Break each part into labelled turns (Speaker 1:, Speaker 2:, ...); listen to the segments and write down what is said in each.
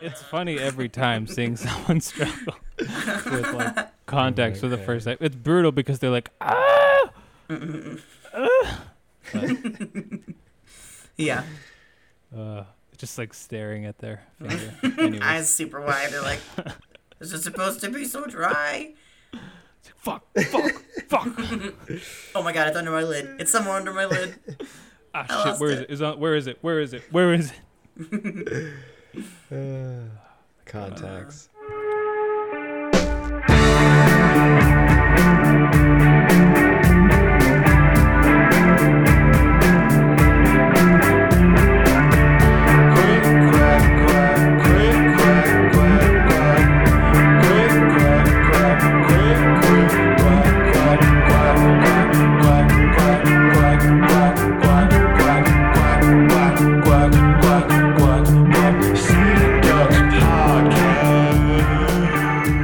Speaker 1: it's funny every time seeing someone struggle with like contacts for the first time. It's brutal because they're like, ah, ah,"
Speaker 2: Yeah.
Speaker 1: uh, just like staring at their finger. Anyways,
Speaker 2: Eyes super wide. They're like, this is supposed to be so dry.
Speaker 1: fuck, fuck, fuck.
Speaker 2: Oh my god, it's under my lid. It's somewhere under my lid.
Speaker 1: Ah, shit.
Speaker 2: lost
Speaker 1: Where is
Speaker 2: it.
Speaker 1: it? Is on? Where is it? Where is it? Where is it?
Speaker 3: Uh, contacts.
Speaker 4: All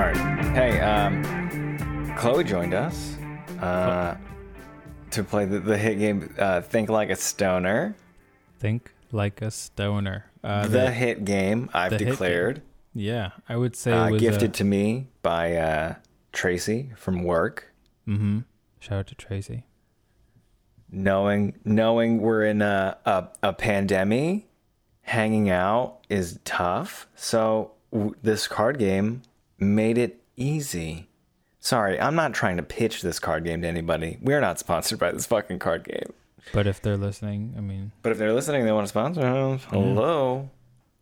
Speaker 4: right. Hey, um, Chloe joined us uh, to play the, the hit game uh, Think Like a Stoner.
Speaker 1: Think like a stoner. Uh,
Speaker 4: The hit game I've
Speaker 1: the hit game.
Speaker 4: declared,
Speaker 1: yeah, I would say
Speaker 4: uh,
Speaker 1: was
Speaker 4: gifted
Speaker 1: A,
Speaker 4: to me by uh, Tracy from work.
Speaker 1: shout out to Tracy.
Speaker 4: Knowing knowing we're in a, a, a pandemic, hanging out is tough. So w- this card game made it easy. Sorry, I'm not trying to pitch this card game to anybody. We're not sponsored by this fucking card game.
Speaker 1: But if they're listening, I mean,
Speaker 4: But if they're listening, they want to sponsor us. Hello.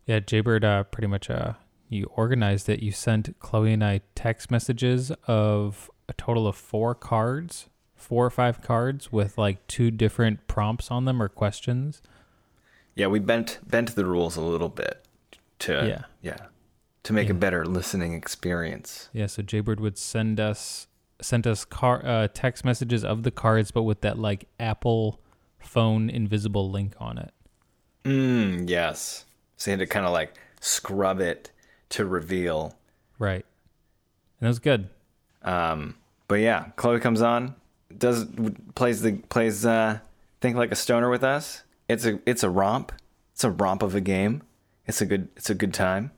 Speaker 1: Yeah, Jaybird uh, pretty much uh, you organized it. You sent Chloe and I text messages of a total of four cards, four or five cards with like two different prompts on them or questions.
Speaker 4: Yeah, we bent bent the rules a little bit to
Speaker 1: Yeah.
Speaker 4: yeah to make a better listening experience.
Speaker 1: Yeah, so Jaybird would send us sent us car uh, text messages of the cards, but with that like Apple phone invisible link on it.
Speaker 4: Mm, yes. So you had to kind of like scrub it to reveal.
Speaker 1: Right, and it was good.
Speaker 4: Um, but yeah, Chloe comes on, does plays the plays uh, think like a stoner with us. It's a it's a romp. It's a romp of a game. It's a good it's a good time.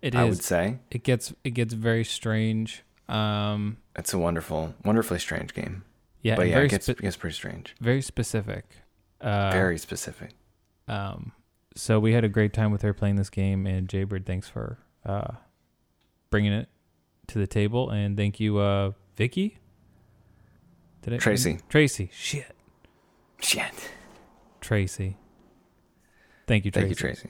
Speaker 1: It is.
Speaker 4: I would say
Speaker 1: It gets it gets very strange. Um,
Speaker 4: it's a wonderful, wonderfully strange game.
Speaker 1: yeah,
Speaker 4: But
Speaker 1: and
Speaker 4: yeah,
Speaker 1: very
Speaker 4: it gets,
Speaker 1: spe-
Speaker 4: gets pretty strange.
Speaker 1: very specific. Uh,
Speaker 4: Very specific.
Speaker 1: Um, so we had a great time with her playing this game, and Jaybird, thanks for uh, bringing it to the table, and thank you, uh, Vicky. Did I,
Speaker 4: Tracy.
Speaker 1: Tracy, shit,
Speaker 4: Shit.
Speaker 1: Tracy. Thank you, Tracy.
Speaker 4: Thank you, Tracy.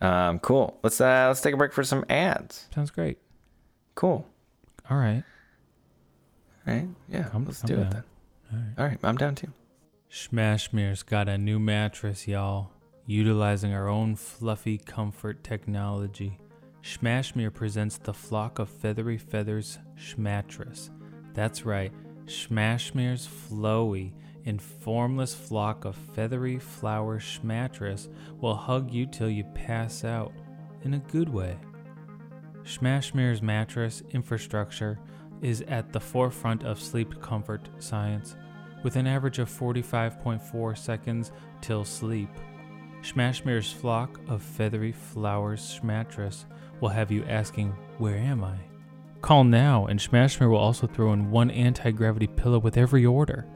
Speaker 4: Um, cool. Let's uh, let's take a break for some ads.
Speaker 1: Sounds great.
Speaker 4: Cool.
Speaker 1: All right.
Speaker 4: Right? Yeah.
Speaker 1: I'm-
Speaker 4: let's
Speaker 1: I'm
Speaker 4: do it
Speaker 1: down.
Speaker 4: then. All right. I'm down too.
Speaker 1: Smashmere's got a new mattress, y'all. Utilizing our own fluffy comfort technology, Smashmere presents the flock of feathery feathers Schmattress. That's right, Smashmere's flowy and formless flock of feathery flower Schmattress will hug you till you pass out, in a good way. Smashmere's mattress infrastructure is at the forefront of sleep comfort science, with an average of 45.4 seconds till sleep. Smashmere's flock of feathery flowers mattress will have you asking, Where am I? Call now, and Smashmere will also throw in one anti gravity pillow with every order.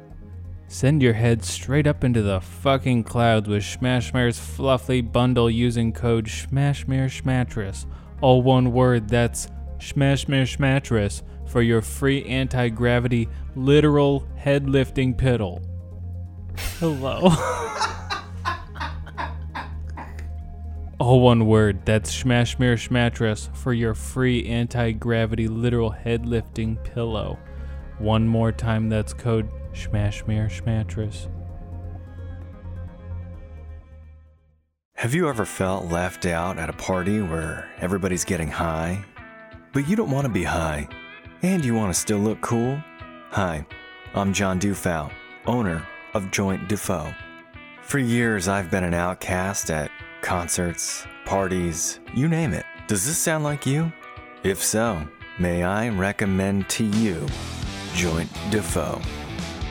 Speaker 1: Send your head straight up into the fucking clouds with Smashmare's fluffy bundle using code Smashmere Schmattress. All one word, that's Smashmere Schmattress for your free anti gravity literal head lifting piddle. Hello. All one word, that's Smashmere Schmattress for your free anti gravity literal head lifting pillow. One more time, that's code Smashmere Schmattress.
Speaker 4: Have you ever felt left out at a party where everybody's getting high? But you don't want to be high, and you want to still look cool? Hi, I'm John Dufow, owner of Joint Dufow. For years, I've been an outcast at concerts, parties, you name it. Does this sound like you? If so, may I recommend to you Joint Defoe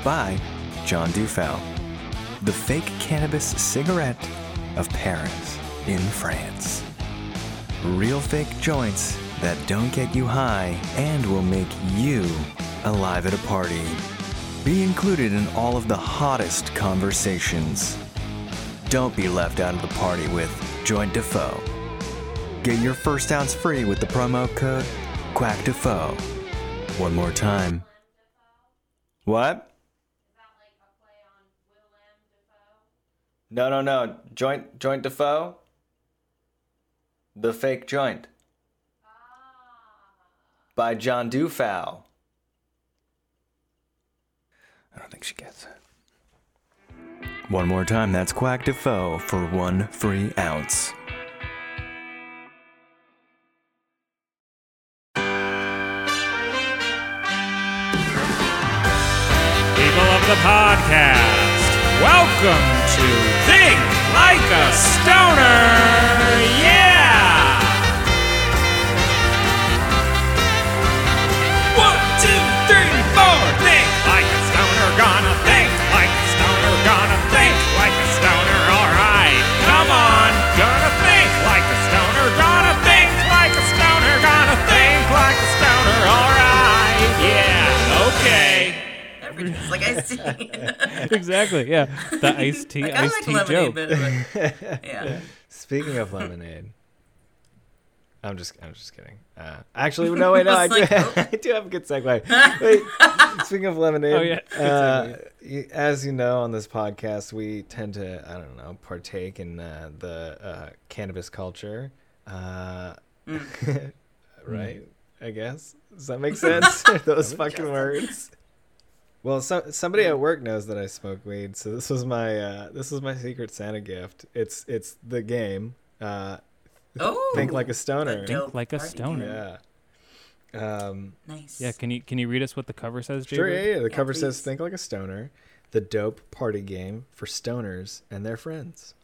Speaker 4: by John Dufow the fake cannabis cigarette of Paris in France. Real fake joints that don't get you high and will make you alive at a party. Be included in all of the hottest conversations. Don't be left out of the party with Joint Defoe. Get your first ounce free with the promo code Quack Defoe. One more time. What? No, no, no. Joint, joint Defoe. The fake joint. By John Dufow. I don't think she gets it. One more time. That's Quack Defoe for one free ounce.
Speaker 5: People of the podcast, welcome to Think Like a Stoner. Yeah. One, two, three, four. Think like a stoner. Gonna think like a stoner. Gonna think like a stoner. All right. Come on. Gonna think like a stoner. Gonna think like a stoner. Gonna think like a stoner. All right. Yeah. Okay.
Speaker 2: Everything's like I see. I
Speaker 1: exactly. Yeah. The iced tea,
Speaker 2: kind of
Speaker 1: iced
Speaker 2: like
Speaker 1: tea
Speaker 2: lemonade,
Speaker 1: joke.
Speaker 2: but like, yeah.
Speaker 3: Speaking of lemonade, I'm just I'm just kidding. Uh, actually, no, wait, no, I
Speaker 2: It's
Speaker 3: do,
Speaker 2: like,
Speaker 3: I do have a good segue. Wait, speaking of lemonade,
Speaker 1: Oh, yeah, good
Speaker 3: uh, y- as you know on this podcast, we tend to I don't know partake in uh, the uh, cannabis culture, uh,
Speaker 1: Mm.
Speaker 3: right? I guess does that make sense? Mm. Those fucking words. Well, so, somebody at work knows that I smoke weed, so this was my uh, this was my secret Santa gift. It's it's the game. Uh,
Speaker 2: Oh.
Speaker 3: think like a stoner.
Speaker 2: dope
Speaker 1: like a
Speaker 2: party
Speaker 1: stoner.
Speaker 2: game.
Speaker 3: Yeah. Um,
Speaker 2: Nice.
Speaker 1: Yeah. Can you can you read us what the cover says, Jay?
Speaker 3: sure. Yeah, yeah. The cover says
Speaker 2: please.
Speaker 3: "Think Like a Stoner," the dope party game for stoners and their friends.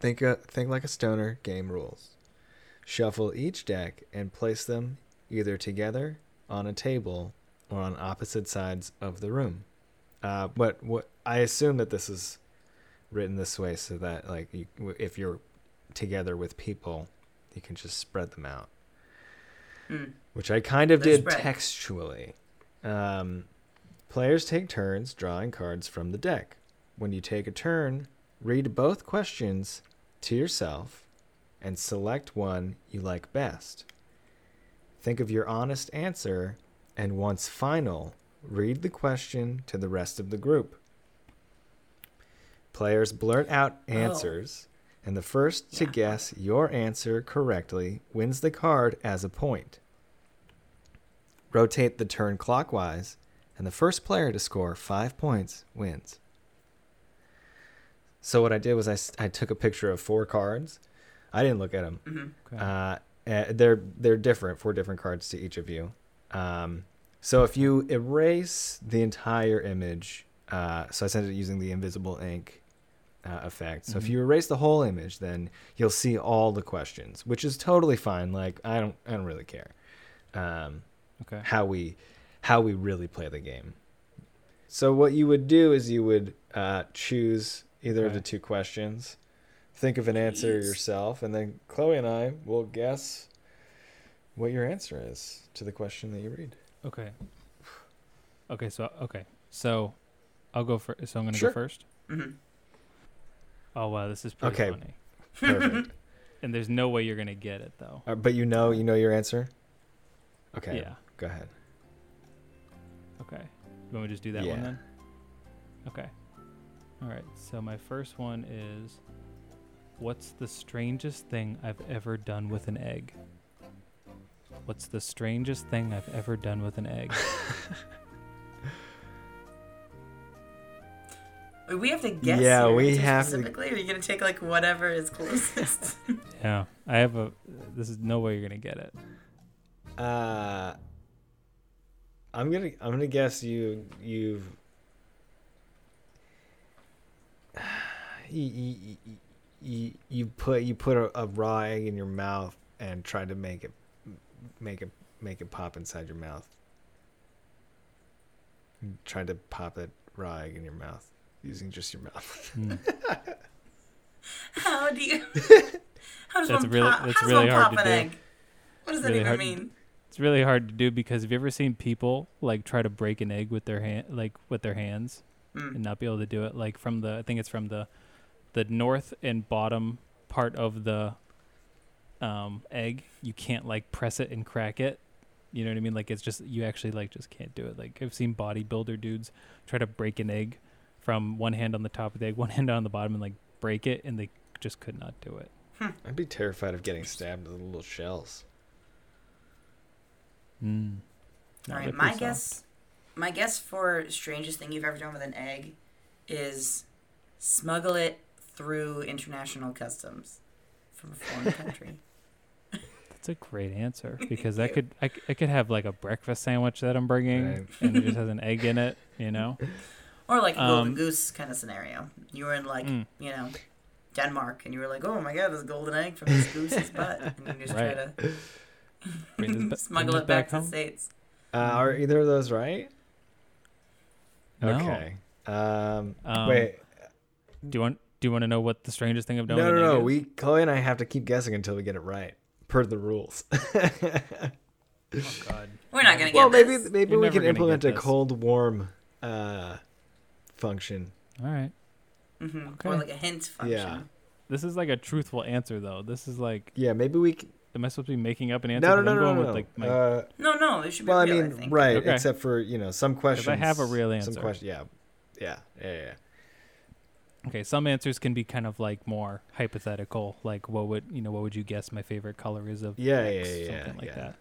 Speaker 3: Think a, think like a stoner game rules. Shuffle each deck and place them either together on a table or on opposite sides of the room. Uh, but what I assume that this is written this way so that like you, if you're together with people, you can just spread them out. Which I kind of
Speaker 2: Hmm. They're
Speaker 3: did
Speaker 2: spread.
Speaker 3: textually. Um, players take turns drawing cards from the deck. When you take a turn, read both questions to yourself and select one you like best. Think of your honest answer, and once final, read the question to the rest of the group. Players blurt out answers, and the first to guess your answer correctly wins the card as a point. Rotate the turn clockwise, and the first player to score five points wins. So, what I did was I, s- I took a picture of four cards. I didn't look at them. Uh, eh, they're they're different, four different cards to each of you. Um, so if you erase the entire image, uh, so I sent it using the invisible ink uh, effect. So if you erase the whole image, then you'll see all the questions, which is totally fine. Like I don't I don't really care um,
Speaker 1: Okay.
Speaker 3: how we how we really play the game. So what you would do is you would uh, choose either of the two questions, think of an answer
Speaker 2: Jeez.
Speaker 3: yourself, and then Chloe and I will guess what your answer is to the question that you read.
Speaker 1: Okay. Okay. So okay. So I'll go first. So I'm gonna
Speaker 3: Sure.
Speaker 1: go 1st
Speaker 2: Mhm.
Speaker 1: Oh wow, this is pretty
Speaker 3: Okay.
Speaker 1: funny.
Speaker 3: Perfect.
Speaker 1: And there's no way you're gonna get it though.
Speaker 3: Uh, but you know you know your answer. Okay.
Speaker 1: Yeah.
Speaker 3: Go ahead.
Speaker 1: Okay. You want me to just do that
Speaker 3: Yeah.
Speaker 1: one then? Okay. All right. So my first one is What's the strangest thing I've ever done with an egg? What's the strangest thing I've ever done with an egg?
Speaker 2: Wait, we have to guess.
Speaker 3: Yeah,
Speaker 2: your
Speaker 3: we
Speaker 2: answer
Speaker 3: have to-
Speaker 2: specifically. Or are you gonna take like whatever is closest?
Speaker 1: yeah. I have a this is no way you're going to get it.
Speaker 3: Uh, I'm gonna I'm gonna guess you you've you, you, you, you put you put a, a raw egg in your mouth and tried to make it make it make it pop inside your mouth. You tried to pop that raw egg in your mouth using just your mouth.
Speaker 2: How do you? How does
Speaker 1: That's
Speaker 2: one
Speaker 1: really-
Speaker 2: pop?
Speaker 1: that's
Speaker 2: how does
Speaker 1: really
Speaker 2: one
Speaker 1: hard
Speaker 2: pop
Speaker 1: to
Speaker 2: an
Speaker 1: do.
Speaker 2: egg? What does that
Speaker 1: really
Speaker 2: even
Speaker 1: hard to-
Speaker 2: mean?
Speaker 1: It's really hard to do because have you ever seen people like try to break an egg with their hand, like with their hands,
Speaker 2: Mm.
Speaker 1: and not be able to do it? Like from the, I think it's from the, the north and bottom part of the, um, egg. You can't like press it and crack it. You know what I mean? Like it's just you actually like just can't do it. Like I've seen bodybuilder dudes try to break an egg from one hand on the top of the egg, one hand on the bottom, and like break it, and they just could not do it.
Speaker 3: I'd be terrified of getting stabbed with little shells.
Speaker 1: Mm. No,
Speaker 2: All right,
Speaker 1: they're
Speaker 2: my
Speaker 1: pretty soft.
Speaker 2: guess, my guess for strangest thing you've ever done with an egg is smuggle it through international customs from a foreign country.
Speaker 1: That's a great answer because I could I, c- I could have like a breakfast sandwich that I'm bringing
Speaker 3: Right.
Speaker 1: and it just has an egg in it, you know.
Speaker 2: Or like a golden
Speaker 1: Um,
Speaker 2: goose kind of scenario. You were in like
Speaker 1: Mm.
Speaker 2: you know Denmark, and you were like, oh my god, there's a golden egg from this goose's butt, and you just
Speaker 1: Right.
Speaker 2: try to
Speaker 1: Bring this ba- bring
Speaker 2: smuggle
Speaker 1: this
Speaker 2: it back, to the states.
Speaker 3: Uh, are either of those right?
Speaker 1: No.
Speaker 3: Okay. Um,
Speaker 1: Um,
Speaker 3: wait.
Speaker 1: Do you want do you want to know what the strangest thing I've done?
Speaker 3: No,
Speaker 1: with
Speaker 3: no,
Speaker 1: an egg
Speaker 3: no.
Speaker 1: is?
Speaker 3: We Chloe and I have to keep guessing until we get it right, per the rules.
Speaker 1: Oh God.
Speaker 2: We're not gonna get
Speaker 3: well, maybe
Speaker 2: this.
Speaker 3: maybe
Speaker 1: You're
Speaker 3: we
Speaker 1: never
Speaker 3: can
Speaker 1: gonna
Speaker 3: implement
Speaker 1: get
Speaker 3: a
Speaker 1: this.
Speaker 3: cold warm uh, function.
Speaker 1: All right.
Speaker 2: Mhm.
Speaker 1: okay.
Speaker 2: or like a hint function.
Speaker 3: Yeah.
Speaker 1: This is like a truthful answer though. This is like
Speaker 3: Yeah, maybe we. c-
Speaker 1: am I supposed to be making up an answer?
Speaker 3: No, no,
Speaker 1: 'Cause
Speaker 3: no,
Speaker 1: I'm
Speaker 3: no,
Speaker 1: going
Speaker 3: no.
Speaker 1: with like my
Speaker 3: uh,
Speaker 2: No, no, it should be
Speaker 3: well, I
Speaker 2: real.
Speaker 3: mean,
Speaker 2: think.
Speaker 3: right?
Speaker 1: Okay.
Speaker 3: Except for you know some questions.
Speaker 1: I have a real answer.
Speaker 3: Some question. Yeah, yeah, yeah, yeah.
Speaker 1: Okay, some answers can be kind of like more hypothetical, like what would you know? What would you guess my favorite color is of
Speaker 3: Yeah,
Speaker 1: X,
Speaker 3: yeah, yeah,
Speaker 1: something like
Speaker 3: yeah.
Speaker 1: that.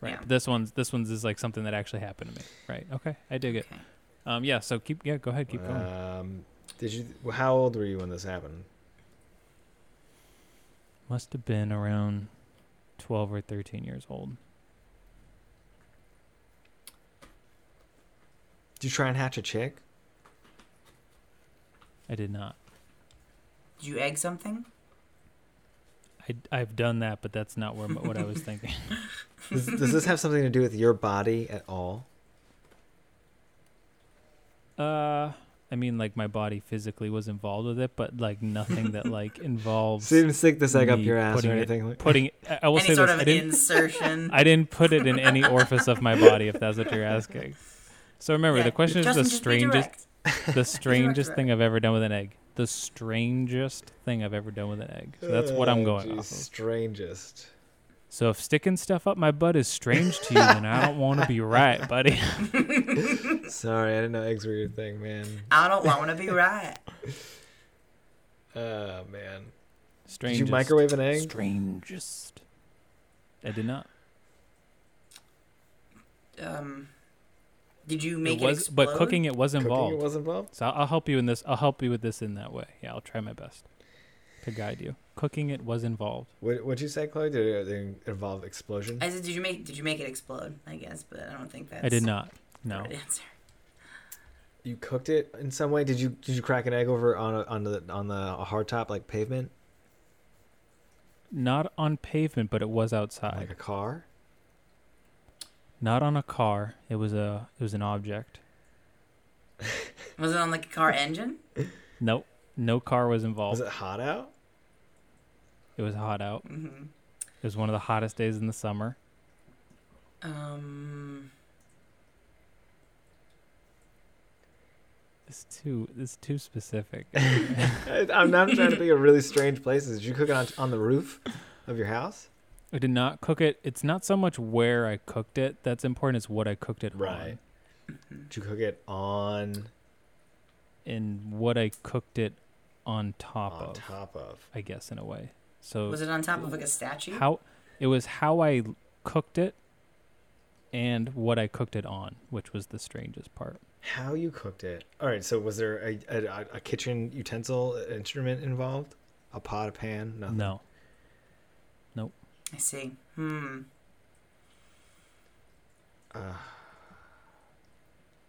Speaker 1: Right.
Speaker 2: Yeah.
Speaker 1: but This one's this one's is like something that actually happened to me. Right. Okay, I dig it.
Speaker 2: Okay.
Speaker 1: Um, yeah. So keep yeah. Go ahead. Keep going.
Speaker 3: Um, did you? How old were you when this happened?
Speaker 1: Must have been around 12 or 13 years old.
Speaker 3: Did you try and hatch a chick?
Speaker 1: I did not.
Speaker 2: Did you egg something?
Speaker 1: I, I've done that, but that's not where, what I was thinking.
Speaker 3: Does, does this have something to do with your body at all?
Speaker 1: Uh, I mean, like, my body physically was involved with it, but, like, nothing that, like, involves
Speaker 3: So you didn't stick this egg up
Speaker 1: me
Speaker 3: your ass or
Speaker 1: putting it-
Speaker 3: anything? like-
Speaker 1: putting it. I, I will
Speaker 2: Any
Speaker 1: say
Speaker 2: sort
Speaker 1: this.
Speaker 2: of
Speaker 1: I, didn't,
Speaker 2: insertion?
Speaker 1: I didn't put it in any orifice of my body, if that's what you're asking. So remember,
Speaker 2: Yeah,
Speaker 1: the question
Speaker 2: Justin,
Speaker 1: is the
Speaker 2: just be
Speaker 1: strangest,
Speaker 2: direct.
Speaker 1: the strangest
Speaker 2: direct.
Speaker 1: thing I've ever done with an egg. The strangest thing I've ever done with an egg. So that's what I'm
Speaker 3: Oh,
Speaker 1: going
Speaker 3: geez,
Speaker 1: off of.
Speaker 3: Strangest.
Speaker 1: So if sticking stuff up my butt is strange to you, then I don't want to be right, buddy.
Speaker 3: Sorry, I didn't know eggs were your thing, man.
Speaker 2: I don't want to be right.
Speaker 3: Oh man.
Speaker 1: Strangest.
Speaker 3: Did you microwave an egg?
Speaker 1: Strangest. I did not.
Speaker 2: Um, did you make it,
Speaker 1: was,
Speaker 2: explode?
Speaker 1: but cooking it was involved.
Speaker 3: Cooking it was involved.
Speaker 1: so I'll I'll help you in this. I'll help you with this in that way. Yeah, I'll try my best to guide you. Cooking it was involved.
Speaker 3: What What'd you say, Chloe? Did it, did it involve explosion?
Speaker 2: I said, did you make? Did you make it explode? I guess, but I don't think that's.
Speaker 1: I did not.
Speaker 2: the
Speaker 1: No.
Speaker 2: right answer.
Speaker 3: You cooked it in some way? Did you Did you crack an egg over on a, on the on the hardtop like pavement,
Speaker 1: Not on pavement, but it was
Speaker 3: like
Speaker 1: outside.
Speaker 3: a car?
Speaker 1: Not on a car. It was a. It was an object.
Speaker 2: Was it on like a car engine?
Speaker 1: Nope. No car was involved.
Speaker 3: Was it hot out?
Speaker 1: it was hot out.
Speaker 2: Mm-hmm.
Speaker 1: It was one of the hottest days in the summer.
Speaker 2: Um,
Speaker 1: It's too. It's too specific.
Speaker 3: I, I'm now trying to think of really strange places. Did you cook it on, on the roof of your house?
Speaker 1: I did not cook it. It's not so much where I cooked it. That's important. It's what I cooked it
Speaker 3: Right.
Speaker 1: on
Speaker 3: Did you cook it on
Speaker 1: and what I cooked it on top
Speaker 3: on
Speaker 1: of.
Speaker 3: top of?
Speaker 1: I guess in a way. So
Speaker 2: was it on top of like a statue?
Speaker 1: how it was how I cooked it and what I cooked it on, which was the strangest part.
Speaker 3: How you cooked it? All right. So was there a a, a kitchen utensil an instrument involved? A pot, a pan? Nothing.
Speaker 1: No.
Speaker 2: I see. Hmm.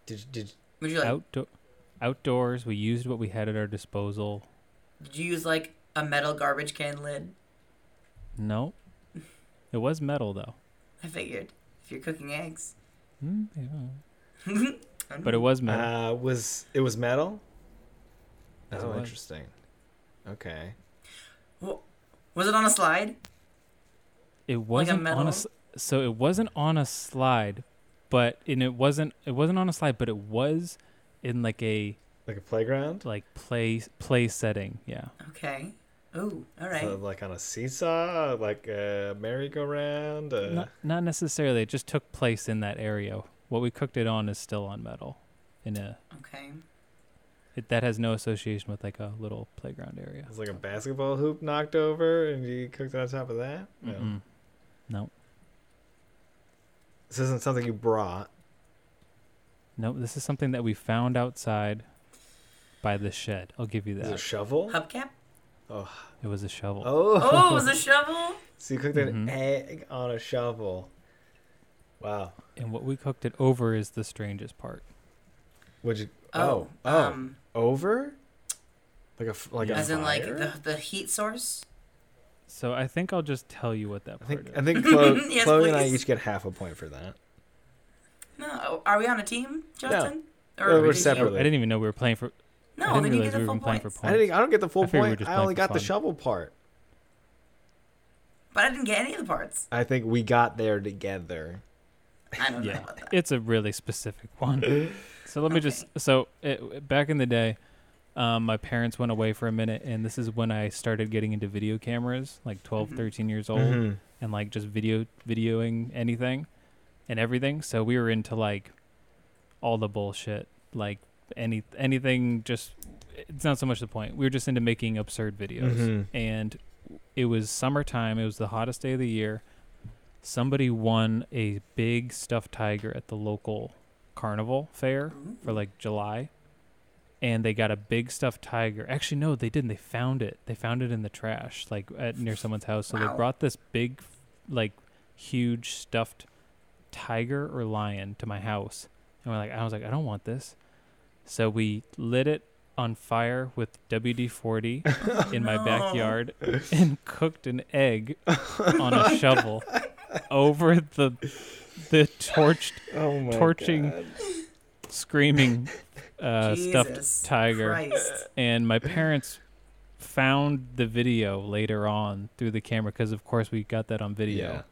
Speaker 3: Did did
Speaker 2: Would you like?
Speaker 1: Outdoor outdoors we used what we had at our disposal.
Speaker 2: Did you use like a metal garbage can lid?
Speaker 1: No. It was metal though.
Speaker 2: I figured if you're cooking eggs,
Speaker 1: Hmm, yeah. but it was metal.
Speaker 3: uh, was it was metal?
Speaker 1: Yes, it
Speaker 3: oh,
Speaker 1: was.
Speaker 3: interesting. Okay.
Speaker 2: Wh- Was it on a slide?
Speaker 1: It wasn't on
Speaker 2: metal?
Speaker 1: a s- so it wasn't on a slide, but and it wasn't it wasn't on a slide, but it was in like a
Speaker 3: Like a playground?
Speaker 1: like play play setting. Yeah.
Speaker 2: Okay. Ooh, all right.
Speaker 3: So, like on a seesaw, like a merry-go-round. Uh,
Speaker 1: Not, not necessarily. It just took place in that area. What we cooked it on is still on metal. In a
Speaker 2: okay.
Speaker 1: it, that has no association with like a little playground area.
Speaker 3: It's like a basketball hoop knocked over, and you cooked it on top of that. No.
Speaker 1: Mm-mm. No,
Speaker 3: This isn't something you brought.
Speaker 1: no. This is something that we found outside by the shed. I'll give you
Speaker 3: Is it a
Speaker 1: that.
Speaker 3: shovel?
Speaker 2: Hubcap?
Speaker 1: It was a shovel.
Speaker 3: Oh.
Speaker 2: Oh, it was a shovel?
Speaker 3: so you cooked an
Speaker 1: Mm-hmm.
Speaker 3: egg on a shovel. Wow.
Speaker 1: And what we cooked it over is the strangest part.
Speaker 3: Would you?
Speaker 2: Oh,
Speaker 3: Oh. Oh.
Speaker 2: um,
Speaker 3: over? Like a f- like a
Speaker 2: As in, like,
Speaker 3: fire?
Speaker 2: the, the heat source?
Speaker 1: So I think I'll just tell you what that
Speaker 3: I
Speaker 1: part
Speaker 3: think
Speaker 1: is.
Speaker 3: I think Chloe,
Speaker 2: Yes,
Speaker 3: Chloe and I
Speaker 2: please.
Speaker 3: each get half a point for that.
Speaker 2: No. Are we on a team, Justin?
Speaker 3: No,
Speaker 2: are
Speaker 3: we're
Speaker 2: we-
Speaker 3: separate.
Speaker 1: I didn't even know we were playing for. Uh, I
Speaker 2: No,
Speaker 1: didn't
Speaker 2: then you
Speaker 1: realize
Speaker 2: Oh, get the
Speaker 1: we were
Speaker 2: full
Speaker 1: even playing
Speaker 2: points.
Speaker 1: for
Speaker 3: I
Speaker 1: points.
Speaker 3: didn't. I don't get the full
Speaker 1: I figured we were
Speaker 3: point.
Speaker 1: just
Speaker 3: I
Speaker 1: playing
Speaker 3: only
Speaker 1: for
Speaker 3: got the
Speaker 1: fun.
Speaker 3: shovel part.
Speaker 2: But I didn't get any of the parts.
Speaker 3: I think we got there together.
Speaker 2: I don't know
Speaker 1: yeah,
Speaker 2: about that.
Speaker 1: it's a really specific one. So let me just. So it, back in the day, um, my parents went away for a minute, and this is when I started getting into video cameras, like 12, 13 years old,
Speaker 3: Mm-hmm.
Speaker 1: and like just video videoing anything and everything. So we were into like all the bullshit, like any anything. Just it's not so much the point. We were just into making absurd videos,
Speaker 3: Mhm.
Speaker 1: and it was summertime. It was the hottest day of the year. Somebody won a big stuffed tiger at the local carnival fair
Speaker 2: Mm-hmm.
Speaker 1: for like July. And they got a big stuffed tiger. Actually, no, they didn't. They found it. They found it in the trash, like at near someone's house. So
Speaker 2: Wow.
Speaker 1: they brought this big, like, huge stuffed tiger or lion to my house. And we're like, I was like, I don't want this. So we lit it on fire with WD 40 in my
Speaker 2: no.
Speaker 1: backyard and cooked an egg on a shovel over the the torched
Speaker 3: Oh my
Speaker 1: Torching- screaming uh,
Speaker 2: Jesus
Speaker 1: stuffed tiger
Speaker 2: Christ.
Speaker 1: and my parents found the video later on through the camera because of course we got that on video
Speaker 3: Yeah.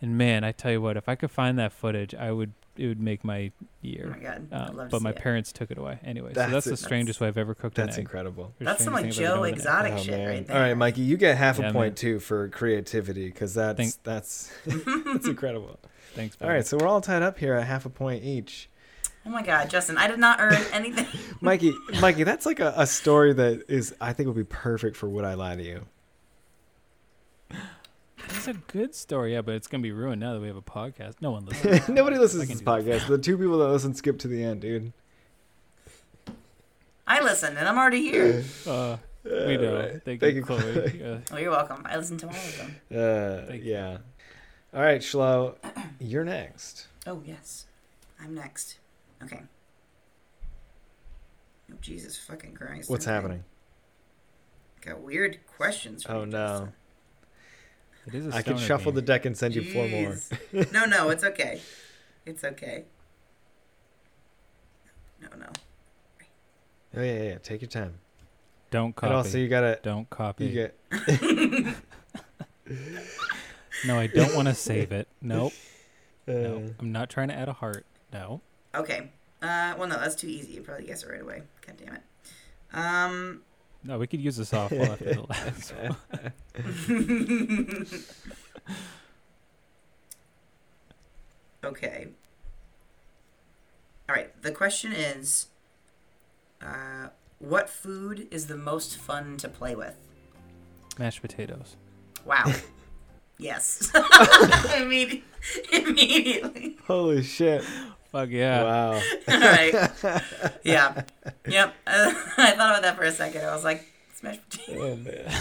Speaker 1: and man i tell you what if i could find that footage i would it would make
Speaker 2: Oh
Speaker 1: my
Speaker 2: my
Speaker 1: year
Speaker 2: god. I'd
Speaker 1: um,
Speaker 2: love to
Speaker 1: but
Speaker 2: see
Speaker 1: my
Speaker 2: it.
Speaker 1: parents took it away anyway
Speaker 3: That's
Speaker 1: so that's
Speaker 3: it.
Speaker 1: the strangest way i've ever cooked
Speaker 3: That's
Speaker 1: an egg
Speaker 3: incredible.
Speaker 1: Or
Speaker 2: That's some like
Speaker 1: strangest thing I've ever
Speaker 2: Joe
Speaker 1: done with an
Speaker 2: Exotic
Speaker 1: egg.
Speaker 3: Oh,
Speaker 2: shit
Speaker 3: man.
Speaker 2: right there.
Speaker 3: All right, Mikey, you get half
Speaker 1: Yeah,
Speaker 3: a
Speaker 1: man.
Speaker 3: point too for creativity because that's
Speaker 1: Thank-
Speaker 3: that's that's incredible.
Speaker 1: thanks
Speaker 3: All right, so we're all tied up here at half a point each.
Speaker 2: Oh my god, Justin, I did not earn anything.
Speaker 3: Mikey, Mikey, that's like a, a story that is I think would be perfect for Would I Lie to You?
Speaker 1: it's a good story yeah but it's gonna be ruined now that we have a podcast no one listens
Speaker 3: Nobody listens
Speaker 1: I
Speaker 3: to
Speaker 1: can
Speaker 3: this
Speaker 1: do
Speaker 3: podcast. The two people that listen skip to the end, dude.
Speaker 2: I listened, and I'm already here.
Speaker 1: uh, we know
Speaker 3: right.
Speaker 1: thank,
Speaker 3: Thank
Speaker 1: you
Speaker 3: you,
Speaker 1: chloe uh,
Speaker 2: Oh, you're welcome. I listened to all of them.
Speaker 3: Uh,
Speaker 1: Thank you.
Speaker 3: yeah. All right, Shlo, you're next.
Speaker 2: Oh yes, I'm next. Okay. Oh, Jesus fucking Christ!
Speaker 3: What's
Speaker 2: okay.
Speaker 3: happening?
Speaker 2: Got weird questions. For
Speaker 3: Oh
Speaker 2: you,
Speaker 3: no,
Speaker 2: Justin.
Speaker 1: it is a
Speaker 3: I can
Speaker 1: stoner
Speaker 3: shuffle
Speaker 1: game.
Speaker 3: the deck and send you four more.
Speaker 2: Jeez. no, no, it's okay. It's okay. No, no.
Speaker 3: Oh yeah, yeah, yeah. Take your time.
Speaker 1: don't copy
Speaker 3: And also, you gotta
Speaker 1: don't copy
Speaker 3: you get
Speaker 1: No, I don't want to save it. Nope.
Speaker 3: uh,
Speaker 1: No. I'm not trying to add a heart. No.
Speaker 2: Okay. Uh, well, no, that's too easy. You probably guess it right away. God damn it. Um,
Speaker 1: No, we could use a softball after the last one.
Speaker 2: okay. All right. The question is, uh, what food is the most fun to play with?
Speaker 1: Mashed potatoes.
Speaker 2: Wow. yes. Immedi- immediately.
Speaker 3: Holy shit!
Speaker 1: Fuck yeah.
Speaker 3: Wow.
Speaker 2: All right. Yeah. Yep. Uh, I thought about that for a second. I was like, smash potato.
Speaker 3: Oh man.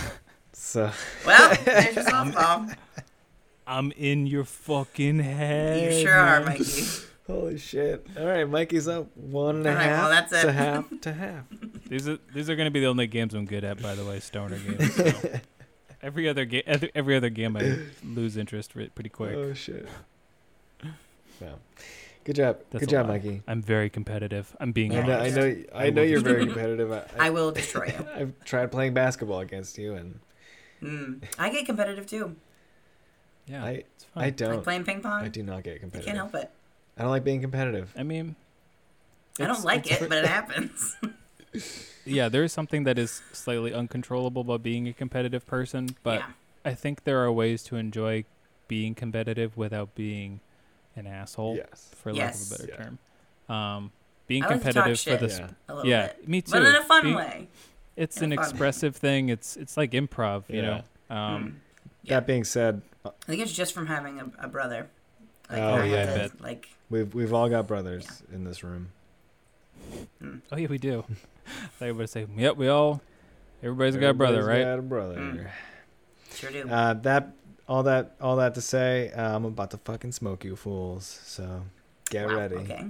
Speaker 3: So
Speaker 2: Well, there's your softball.
Speaker 1: I'm in your fucking head.
Speaker 2: You sure are,
Speaker 1: man.
Speaker 2: Mikey.
Speaker 3: holy shit. All right, Mikey's up one and a
Speaker 2: All right,
Speaker 3: half
Speaker 2: well, that's
Speaker 3: to
Speaker 2: it.
Speaker 3: half to half.
Speaker 1: These are these are gonna be the only games I'm good at, by the way, stoner games. so. Every other game, every other game, I lose interest re- pretty quick.
Speaker 3: Oh shit. Wow. Good job.
Speaker 1: That's
Speaker 3: Good
Speaker 1: a
Speaker 3: job,
Speaker 1: lie.
Speaker 3: Mikey.
Speaker 1: I'm very competitive. I'm being
Speaker 3: I know, I
Speaker 1: honest.
Speaker 3: know, I
Speaker 1: will
Speaker 3: know you're
Speaker 1: just-
Speaker 3: very competitive. I, I,
Speaker 2: I will destroy you.
Speaker 3: I've tried playing basketball against you, and
Speaker 2: Mm. I get competitive too.
Speaker 1: Yeah,
Speaker 3: I-
Speaker 1: it's fine.
Speaker 3: I
Speaker 2: Like
Speaker 3: don't.
Speaker 2: playing ping pong.
Speaker 3: I do not
Speaker 2: I
Speaker 3: get competitive.
Speaker 2: can't help it.
Speaker 3: I don't like being competitive.
Speaker 1: I mean,
Speaker 2: I don't
Speaker 1: it's-
Speaker 2: like
Speaker 1: it's-
Speaker 2: it, but it happens.
Speaker 1: Yeah, there is something that is slightly uncontrollable about being a competitive person, but
Speaker 2: yeah.
Speaker 1: I think there are ways to enjoy being competitive without being an asshole,
Speaker 3: Yes.
Speaker 1: for lack
Speaker 2: Yes.
Speaker 1: of a better
Speaker 3: Yeah.
Speaker 1: term. Um, being
Speaker 2: I like to talk
Speaker 1: competitive for
Speaker 2: shit.
Speaker 1: the
Speaker 3: Yeah.
Speaker 2: a little
Speaker 1: yeah,
Speaker 2: bit,
Speaker 1: me too.
Speaker 2: but in a fun
Speaker 1: Being-
Speaker 2: way.
Speaker 1: It's
Speaker 2: In
Speaker 1: an
Speaker 2: a fun way.
Speaker 1: expressive thing. It's it's like improv, you
Speaker 3: Yeah.
Speaker 1: know. Um,
Speaker 2: Yeah.
Speaker 3: That being said,
Speaker 2: I think it's just from having a, a brother.
Speaker 3: Oh,
Speaker 2: I
Speaker 1: yeah, I
Speaker 2: had
Speaker 1: bet.
Speaker 2: Like
Speaker 3: we've we've all got brothers in this room.
Speaker 2: Mm.
Speaker 1: Oh yeah, we do. they would say, "Yep, we all, everybody's got a brother,
Speaker 3: Everybody's
Speaker 1: right?"
Speaker 3: Got a brother.
Speaker 2: Mm. sure do.
Speaker 1: Ah,
Speaker 3: Uh, that all that all that to say, uh, I'm about to fucking smoke you fools. So get
Speaker 2: Wow,
Speaker 3: ready.
Speaker 2: Okay.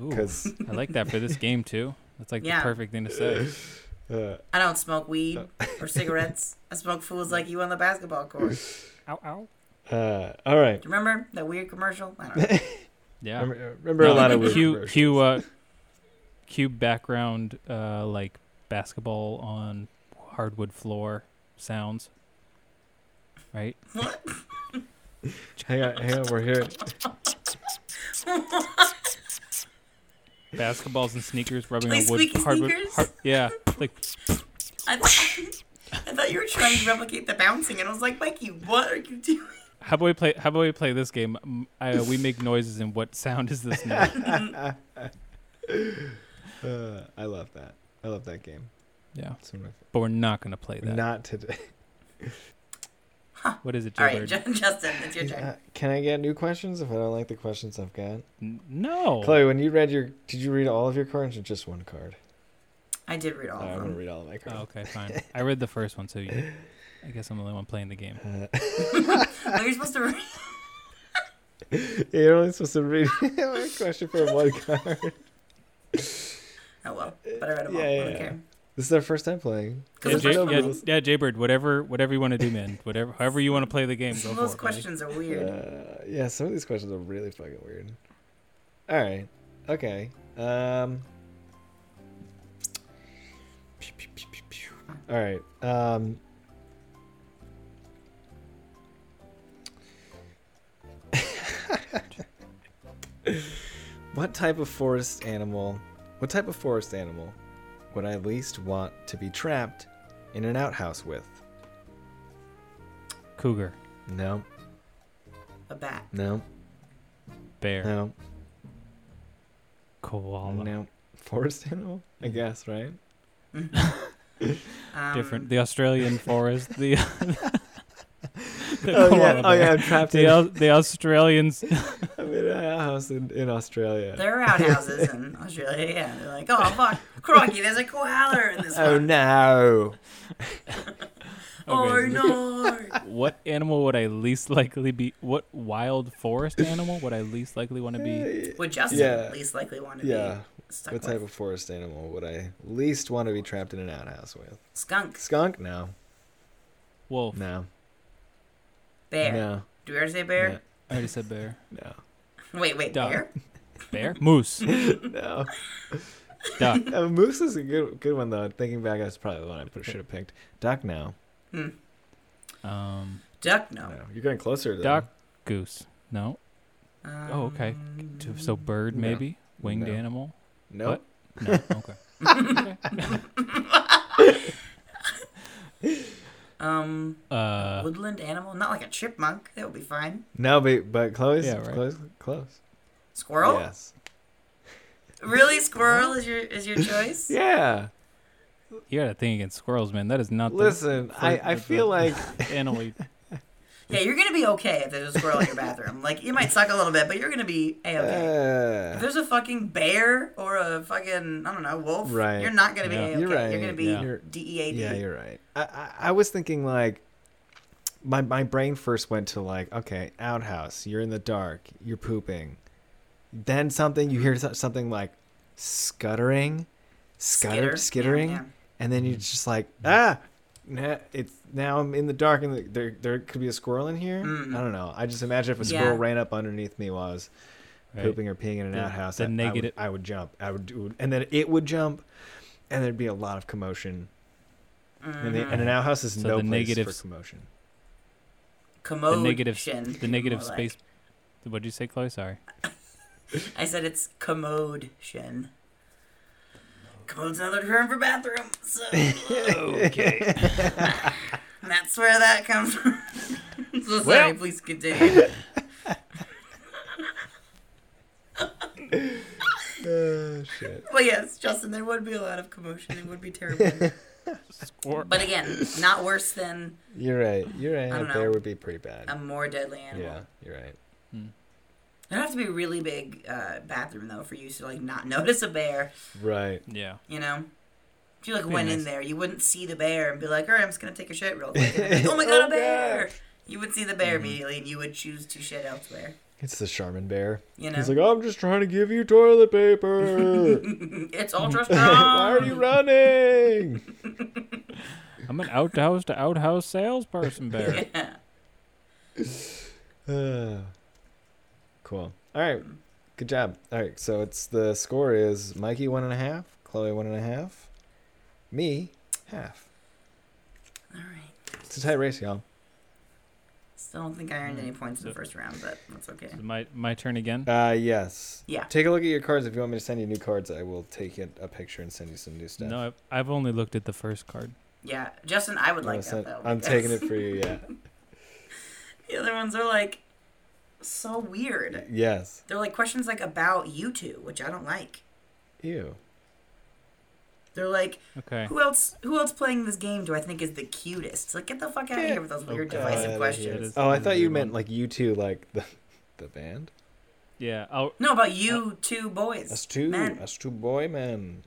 Speaker 1: Ooh,
Speaker 3: Because
Speaker 1: I like that for this game too. That's like
Speaker 2: Yeah.
Speaker 1: the perfect thing to say.
Speaker 3: uh,
Speaker 2: I don't smoke weed or cigarettes. I smoke fools like you on the basketball court.
Speaker 1: Ow, ow.
Speaker 3: uh, all right.
Speaker 2: Remember that weird commercial? I don't know.
Speaker 1: Yeah.
Speaker 3: Remember, remember a
Speaker 1: No,
Speaker 3: lot of weird
Speaker 1: cue
Speaker 3: commercials.
Speaker 1: cue uh, cue background uh, like basketball on hardwood floor sounds. Right?
Speaker 3: Hang on, hang on, we're here.
Speaker 1: Basketballs and sneakers rubbing
Speaker 2: Like
Speaker 1: on wood
Speaker 2: squeaky
Speaker 1: hardwood.
Speaker 2: sneakers?
Speaker 1: har- yeah. Like
Speaker 2: I, th- I thought you were trying to replicate the bouncing, and I was like, Mikey, what are you doing?
Speaker 1: how about we play how about we play this game? Um, I, we make noises and what sound is this now?
Speaker 3: Uh, I love that. I love that game.
Speaker 1: yeah.
Speaker 3: It's one of my fa-
Speaker 1: But we're not gonna play that.
Speaker 3: Not today.
Speaker 1: what is it, Joe
Speaker 2: All right,
Speaker 1: Bird?
Speaker 2: Ju- Justin, it's your turn.
Speaker 3: Uh, can I get new questions if I don't like the questions I've got?
Speaker 1: N- no.
Speaker 3: Chloe, when you read your, did you read all of your cards or just one card?
Speaker 2: I did read all of
Speaker 3: Alright, Uh, I'm gonna
Speaker 2: them.
Speaker 3: read all of my
Speaker 1: Oh,
Speaker 3: cards.
Speaker 1: okay, fine. I read the first one, so you, I guess I'm the only one playing the game.
Speaker 2: Oh, you're supposed to read.
Speaker 3: You're only supposed to read my question for one card.
Speaker 2: Oh well, but I read them
Speaker 3: Yeah,
Speaker 2: all. I don't
Speaker 3: yeah, yeah.
Speaker 2: care.
Speaker 3: This is our first time playing.
Speaker 1: Yeah,
Speaker 2: Because
Speaker 1: Jay,
Speaker 3: Jay-
Speaker 1: yeah, yeah, Jaybird, whatever, whatever you want to do, man. Whatever, however you want to play the game, go
Speaker 2: some of
Speaker 1: for it.
Speaker 2: those
Speaker 1: buddy.
Speaker 2: questions are weird.
Speaker 3: Uh, yeah, some of these questions are really fucking weird. All right. Okay. Um. pew, pew, pew, pew, pew. All right. Um. what type of forest animal? What type of forest animal would I least want to be trapped in an outhouse with?
Speaker 1: Cougar,
Speaker 3: No.
Speaker 2: A bat.
Speaker 3: No.
Speaker 1: bear,
Speaker 3: No.
Speaker 1: koala,
Speaker 3: No. Forest animal? I guess, right?
Speaker 2: Um,
Speaker 1: different. The Australian forest, the, the
Speaker 3: Oh
Speaker 1: koala
Speaker 3: yeah, oh yeah,
Speaker 1: bear.
Speaker 3: I'm trapped
Speaker 1: The,
Speaker 3: in,
Speaker 1: Au- the Australians.
Speaker 3: I'm in a house in, in Australia.
Speaker 2: There are outhouses in Australia. Yeah, they're like, oh fuck, crikey, there's a koala in this
Speaker 3: Oh
Speaker 2: one.
Speaker 3: no.
Speaker 2: Oh
Speaker 1: Okay,
Speaker 2: no.
Speaker 1: What animal would I least likely be? What wild forest animal would I least likely want to be?
Speaker 2: Would Justin
Speaker 3: Yeah.
Speaker 2: least likely want to
Speaker 3: Yeah.
Speaker 2: be stuck
Speaker 3: What
Speaker 2: with?
Speaker 3: type of forest animal would I least want to be trapped in an outhouse with?
Speaker 2: Skunk,
Speaker 3: Skunk? No.
Speaker 1: Wolf.
Speaker 3: No.
Speaker 2: bear.
Speaker 3: No.
Speaker 2: Do we ever say bear?
Speaker 1: I already said bear.
Speaker 3: No.
Speaker 2: Wait, wait,
Speaker 1: Duck.
Speaker 2: bear?
Speaker 1: Bear, moose,
Speaker 3: No.
Speaker 1: duck.
Speaker 3: Uh, moose is a good good one though. Thinking back, that's probably the one I should have picked. Duck? No.
Speaker 1: Um,
Speaker 2: Duck, no.
Speaker 3: No. You're getting closer. Though.
Speaker 1: duck, goose. No.
Speaker 2: Um,
Speaker 1: Oh, okay. To- So bird,
Speaker 3: No.
Speaker 1: maybe winged
Speaker 3: No.
Speaker 1: animal.
Speaker 3: No.
Speaker 1: What? No. Okay.
Speaker 2: Um,
Speaker 1: Uh,
Speaker 2: woodland animal? Not like a chipmunk. That would be fine.
Speaker 3: No, but but Chloe's
Speaker 1: Yeah, right.
Speaker 3: Chloe's close.
Speaker 2: Squirrel?
Speaker 3: Yes. Uh-huh.
Speaker 2: Really, squirrel is your is your choice?
Speaker 3: Yeah.
Speaker 1: you got a thing against squirrels, man. That is not
Speaker 3: Listen, I I
Speaker 1: the-
Speaker 3: feel like
Speaker 1: the animal. you-
Speaker 2: Yeah, you're gonna be okay if there's a squirrel in your bathroom. Like, it might suck a little bit, but you're gonna be a okay.
Speaker 3: uh,
Speaker 2: if there's a fucking bear or a fucking I don't know wolf,
Speaker 3: Right.
Speaker 2: you're not gonna be
Speaker 1: Yeah.
Speaker 2: a okay.
Speaker 3: You're
Speaker 2: You're,
Speaker 3: right.
Speaker 2: gonna be
Speaker 1: Yeah.
Speaker 3: You're-
Speaker 2: D E A D.
Speaker 3: Yeah, you're right. I, I, I was thinking like my my brain first went to like okay outhouse. You're in the dark. You're pooping. Then something you hear so- something like scuttering, scutter
Speaker 2: Skitter.
Speaker 3: skittering,
Speaker 2: Yeah, yeah.
Speaker 3: and then you're just like ah. Nah, it's now I'm in the dark and the- there there could be a squirrel in here. I don't know. I just imagine if a squirrel
Speaker 2: Yeah.
Speaker 3: ran up underneath me while I was
Speaker 1: Right.
Speaker 3: pooping or peeing in an
Speaker 1: The-
Speaker 3: outhouse,
Speaker 1: the
Speaker 3: I,
Speaker 1: negative-
Speaker 3: I would, I would jump. I would do, and then it would jump, and there'd be a lot of commotion. And, the, and an outhouse is
Speaker 1: Mm. So
Speaker 3: no
Speaker 1: the
Speaker 3: place
Speaker 1: negatives-
Speaker 3: for commotion.
Speaker 2: Commotion.
Speaker 1: negative- The negative
Speaker 2: more
Speaker 1: space. What did you say, Chloe? Sorry.
Speaker 2: like. I said it's commode-shin. Commode's another term for bathroom, so
Speaker 1: Okay.
Speaker 2: that's where that comes from. so sorry,
Speaker 1: Well-
Speaker 2: please continue. Ah,
Speaker 3: Oh shit.
Speaker 2: Well, yes, Justin, there would be a lot of commotion. It would be terrible. but again, not worse than
Speaker 3: You're right. You're right.
Speaker 2: I don't
Speaker 3: Out there
Speaker 2: know.
Speaker 3: would be pretty bad.
Speaker 2: a more deadly animal.
Speaker 3: yeah, you're right.
Speaker 2: It'd have to be a really big uh, bathroom though for you to like not notice a bear.
Speaker 3: Right.
Speaker 1: Yeah.
Speaker 2: You know, if you like
Speaker 1: Be
Speaker 2: went in
Speaker 1: nice.
Speaker 2: there, you wouldn't see the bear and be like, "All right, I'm just gonna take a shit real quick." And be like, oh my god, a bear! You would see the bear
Speaker 3: Mm-hmm.
Speaker 2: immediately, and you would choose to shit elsewhere.
Speaker 3: It's the Charmin bear.
Speaker 2: You know,
Speaker 3: He's like, "Oh, I'm just trying to give you toilet paper.
Speaker 2: it's ultra
Speaker 3: Why are
Speaker 2: strong.
Speaker 3: you running?
Speaker 1: I'm an outhouse to outhouse salesperson bear.
Speaker 2: yeah.
Speaker 3: Uh, cool. All right. Good job. All right. So it's the score is Mikey one and a half, Chloe one and a half, me half.
Speaker 2: All right.
Speaker 3: It's a tight race, y'all.
Speaker 2: Still don't think I
Speaker 3: Mm.
Speaker 2: earned any points in the first round, but that's okay.
Speaker 1: Is it my my turn again.
Speaker 3: Uh, yes.
Speaker 2: Yeah.
Speaker 3: Take a look at your cards. If you want me to send you new cards, I will take it, a picture and send you some new stuff.
Speaker 1: No, I've, I've only looked at the first card.
Speaker 2: Yeah, Justin, I would
Speaker 3: I'll
Speaker 2: like that
Speaker 3: send-
Speaker 2: though.
Speaker 3: I'm
Speaker 2: because
Speaker 3: taking it for you. Yeah.
Speaker 2: The other ones are like so weird.
Speaker 3: yes.
Speaker 2: They're like questions like about you two, which I don't like.
Speaker 3: Ew.
Speaker 2: They're like,
Speaker 1: Okay.
Speaker 2: who else? Who else playing this game do I think is the cutest? Like, get the fuck out of here with those weird
Speaker 1: Okay.
Speaker 2: divisive
Speaker 1: Yeah,
Speaker 3: That
Speaker 2: questions.
Speaker 3: is-
Speaker 1: is-
Speaker 3: Oh, I
Speaker 1: that is a
Speaker 3: thought you
Speaker 1: weird
Speaker 3: meant
Speaker 1: one.
Speaker 3: like you two, like the the band.
Speaker 1: Yeah. I'll
Speaker 2: No, about you
Speaker 3: Oh.
Speaker 2: two boys.
Speaker 3: Us two,
Speaker 2: Men.
Speaker 3: us two boy men.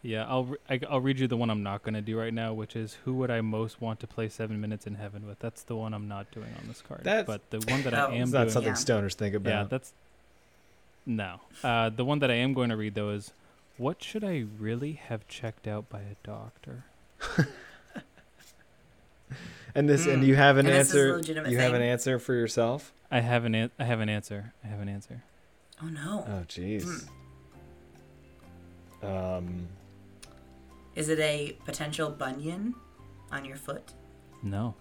Speaker 1: yeah. I'll re- I, I'll read you the one I'm not gonna do right now, which is who would I most want to play seven minutes in heaven with? That's the one I'm not doing on this card.
Speaker 3: That's-
Speaker 1: but the one that
Speaker 2: Oh.
Speaker 1: I am
Speaker 3: It's not
Speaker 1: doing.
Speaker 3: something
Speaker 2: Yeah.
Speaker 3: stoners think about.
Speaker 1: Yeah, that's no. Uh, the one that I am going to read though is, what should I really have checked out by a doctor?
Speaker 3: And this, and
Speaker 2: Mm.
Speaker 3: you have an
Speaker 2: And this is a
Speaker 3: answer.
Speaker 2: legitimate
Speaker 3: You have an
Speaker 2: thing.
Speaker 3: answer for yourself.
Speaker 1: I have an an- I have an answer. I have an answer.
Speaker 2: oh no,
Speaker 3: Oh, jeez. Um,
Speaker 2: is it a potential bunion on your foot?
Speaker 1: No.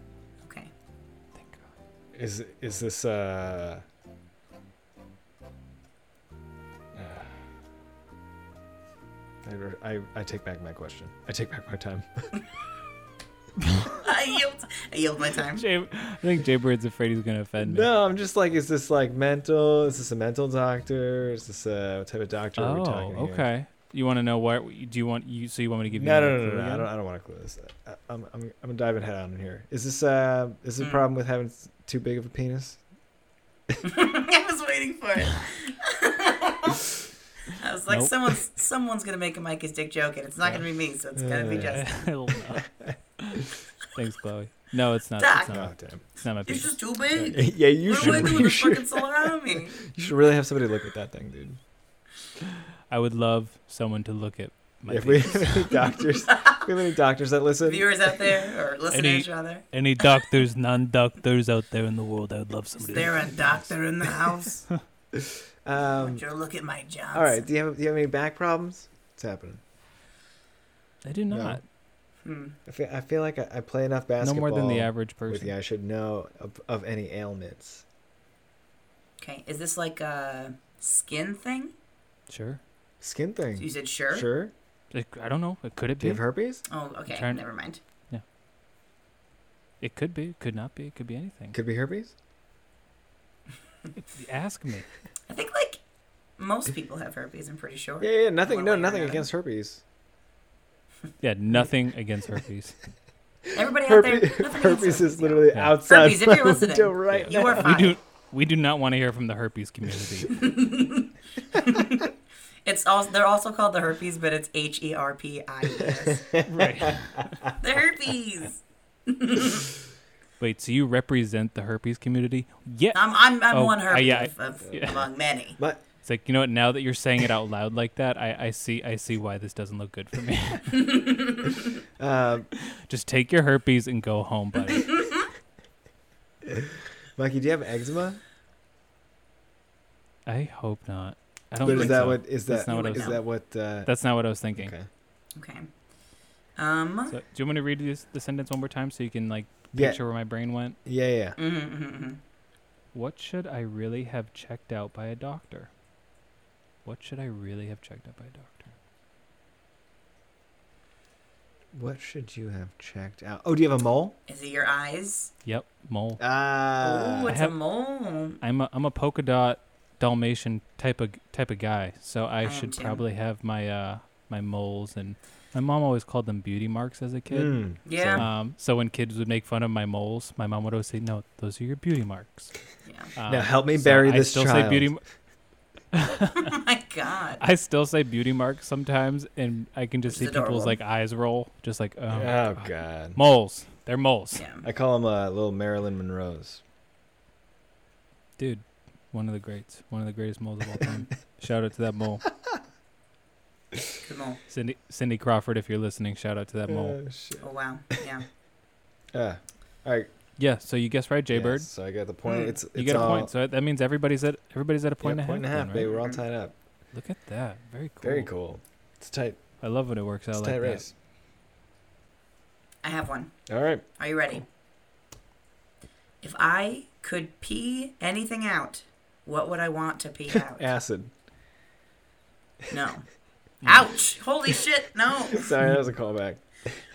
Speaker 2: Okay,
Speaker 1: Thank God.
Speaker 3: is is this uh? I, re- uh, I, I take back my question. I take back my time.
Speaker 2: I yield. I yield my time.
Speaker 1: Jay, I think Jaybird's afraid he's going to offend me.
Speaker 3: No, I'm just like, is this like mental? Is this a mental doctor? Is this a what type of doctor are we
Speaker 1: Oh,
Speaker 3: talking here?
Speaker 1: okay. You want to know why? Do you want you? So you want me to give you?
Speaker 3: No, no,
Speaker 1: another
Speaker 3: no, no,
Speaker 1: clue
Speaker 3: no. I
Speaker 1: again?
Speaker 3: don't. I don't want to clue this. I, I'm, I'm, I'm gonna dive in head on here. Is this uh, is this a
Speaker 2: Mm.
Speaker 3: problem with having s- too big of a penis?
Speaker 2: I was waiting for it. I was like,
Speaker 1: Nope.
Speaker 2: someone's someone's gonna make a Mike his dick joke, and it's not gonna be me, so it's gonna be Justin.
Speaker 1: Hell no. Thanks, Chloe. No, it's not. It's
Speaker 2: Doc.
Speaker 1: not, my-
Speaker 3: God damn.
Speaker 1: it's not my
Speaker 2: It's
Speaker 1: piece.
Speaker 2: just too big.
Speaker 3: yeah, you
Speaker 2: what do I
Speaker 3: should.
Speaker 2: do with
Speaker 3: You
Speaker 2: this fucking
Speaker 3: should,
Speaker 2: salami?
Speaker 3: you should really have somebody look at that thing, dude.
Speaker 1: I would love someone to look at my
Speaker 3: if
Speaker 1: piece.
Speaker 3: we have any doctors, if we have any doctors that listen.
Speaker 2: Viewers out there, or listeners
Speaker 1: Any-
Speaker 2: rather,
Speaker 1: Any doctors, non-doctors out there in the world, I would love
Speaker 2: is
Speaker 1: somebody. to
Speaker 2: there a doctor in the house?
Speaker 3: Um,
Speaker 2: Would you look at my Johnson?
Speaker 3: all right. Do you have do you have any back problems? What's happening?
Speaker 1: I do
Speaker 3: No.
Speaker 1: not.
Speaker 2: Hmm.
Speaker 3: I feel, I feel like I, I play enough
Speaker 1: No,
Speaker 3: basketball.
Speaker 1: more than the average
Speaker 3: With
Speaker 1: person.
Speaker 3: you, I should know of, of any ailments.
Speaker 2: Okay, is this like a skin thing?
Speaker 1: Sure.
Speaker 3: Skin
Speaker 2: So you
Speaker 3: thing.
Speaker 2: said sure.
Speaker 3: Sure.
Speaker 1: It, I don't know. It could it
Speaker 3: Do you
Speaker 1: be?
Speaker 3: have herpes?
Speaker 2: Oh, okay.
Speaker 1: Turn-
Speaker 2: Never mind.
Speaker 1: It could be. It could not be. It could be anything.
Speaker 3: Could be herpes.
Speaker 1: Ask me.
Speaker 2: I think like most people have herpes. I'm pretty sure.
Speaker 3: Yeah, yeah. Nothing.
Speaker 2: One
Speaker 3: No,
Speaker 2: way or
Speaker 3: nothing
Speaker 2: another.
Speaker 3: against herpes.
Speaker 1: Yeah, nothing against herpes.
Speaker 2: Everybody out there,
Speaker 3: Herpes,
Speaker 2: nothing against
Speaker 3: herpes is
Speaker 2: herpes, y'all.
Speaker 3: literally
Speaker 1: Yeah.
Speaker 3: outside
Speaker 2: Herpes, if you're
Speaker 3: my
Speaker 2: listening,
Speaker 3: window right
Speaker 2: You
Speaker 3: now.
Speaker 2: are
Speaker 1: We
Speaker 2: fine.
Speaker 1: do. We do not want to hear from the herpes community.
Speaker 2: It's also they're also called the herpes, but it's H E R P I E S.
Speaker 1: right.
Speaker 2: The herpes.
Speaker 1: Wait. So you represent the herpes community? Yeah.
Speaker 2: I'm I'm, I'm
Speaker 1: Oh,
Speaker 2: one
Speaker 1: uh,
Speaker 2: herpes
Speaker 1: yeah,
Speaker 2: of, of
Speaker 1: yeah.
Speaker 2: among many.
Speaker 3: My,
Speaker 1: It's like you know what? Now that you're saying it out loud like that, I, I see. I see why this doesn't look good for me.
Speaker 3: uh,
Speaker 1: Just take your herpes and go home, buddy.
Speaker 3: Mikey, do you have eczema?
Speaker 1: I hope not. I don't
Speaker 3: But
Speaker 1: think
Speaker 3: is that
Speaker 1: so.
Speaker 3: what is
Speaker 1: That's
Speaker 3: that
Speaker 1: not what I
Speaker 3: is
Speaker 1: was-
Speaker 3: that what? Uh,
Speaker 1: That's not what I was thinking.
Speaker 3: okay.
Speaker 2: Okay. Um.
Speaker 1: So, do you want me to read this, the sentence one more time so you can like
Speaker 3: Yeah.
Speaker 1: picture where my brain went?
Speaker 3: Yeah, yeah.
Speaker 2: mhm, mhm, mhm.
Speaker 1: What should I really have checked out by a doctor? What should I really have checked out by a doctor?
Speaker 3: What should you have checked out? Oh, do you have a mole?
Speaker 2: Is it your eyes?
Speaker 1: Yep, mole.
Speaker 3: Ah.
Speaker 2: oh, it's
Speaker 1: Uh, have-
Speaker 2: a mole.
Speaker 1: I'm a, I'm a polka dot Dalmatian type of type of guy, so I,
Speaker 2: am
Speaker 1: should
Speaker 2: too.
Speaker 1: probably have my uh my moles and my mom always called them beauty marks as a kid.
Speaker 3: Mm.
Speaker 2: Yeah.
Speaker 1: Um, so when kids would make fun of my moles, my mom would always say, "No, those are your beauty marks."
Speaker 2: yeah.
Speaker 1: Um,
Speaker 3: Now help me bury
Speaker 1: I
Speaker 3: this
Speaker 1: still Say
Speaker 3: child.
Speaker 1: beauty, m-
Speaker 2: Oh my god.
Speaker 1: I still say beauty marks sometimes, and I can just
Speaker 2: It's
Speaker 1: see people's
Speaker 2: adorable.
Speaker 1: like eyes roll, just like oh,
Speaker 3: oh God.
Speaker 1: moles. They're moles,
Speaker 2: Yeah.
Speaker 3: I call him uh, little Marilyn Monroe's.
Speaker 1: dude. One of the greats, one of the greatest moles of all time. shout out to that mole,
Speaker 2: Good mole.
Speaker 1: Cindy Cindy Crawford, if you're listening. Shout out to that mole.
Speaker 3: Oh, shit.
Speaker 2: Oh wow. Yeah.
Speaker 3: Ah. All right.
Speaker 1: Yeah, so you guess right,
Speaker 3: yeah,
Speaker 1: Jaybird.
Speaker 3: so I got the point.
Speaker 2: Mm.
Speaker 3: It's, it's
Speaker 1: you get a
Speaker 3: all-
Speaker 1: point. So that means everybody's at everybody's at a
Speaker 3: yeah, point
Speaker 1: point and a half. then, right?
Speaker 3: baby. We're all tied up.
Speaker 1: Look at that. Very cool.
Speaker 3: Very cool. It's tight.
Speaker 1: I love when it works out
Speaker 3: It's a
Speaker 1: like
Speaker 3: tight
Speaker 1: that.
Speaker 3: race.
Speaker 2: I have one.
Speaker 3: All right.
Speaker 2: Are you ready? If I could pee anything out, what would I want to pee out?
Speaker 3: Acid.
Speaker 2: No. Ouch! Holy shit! No. Um,
Speaker 3: Sorry, that was a callback.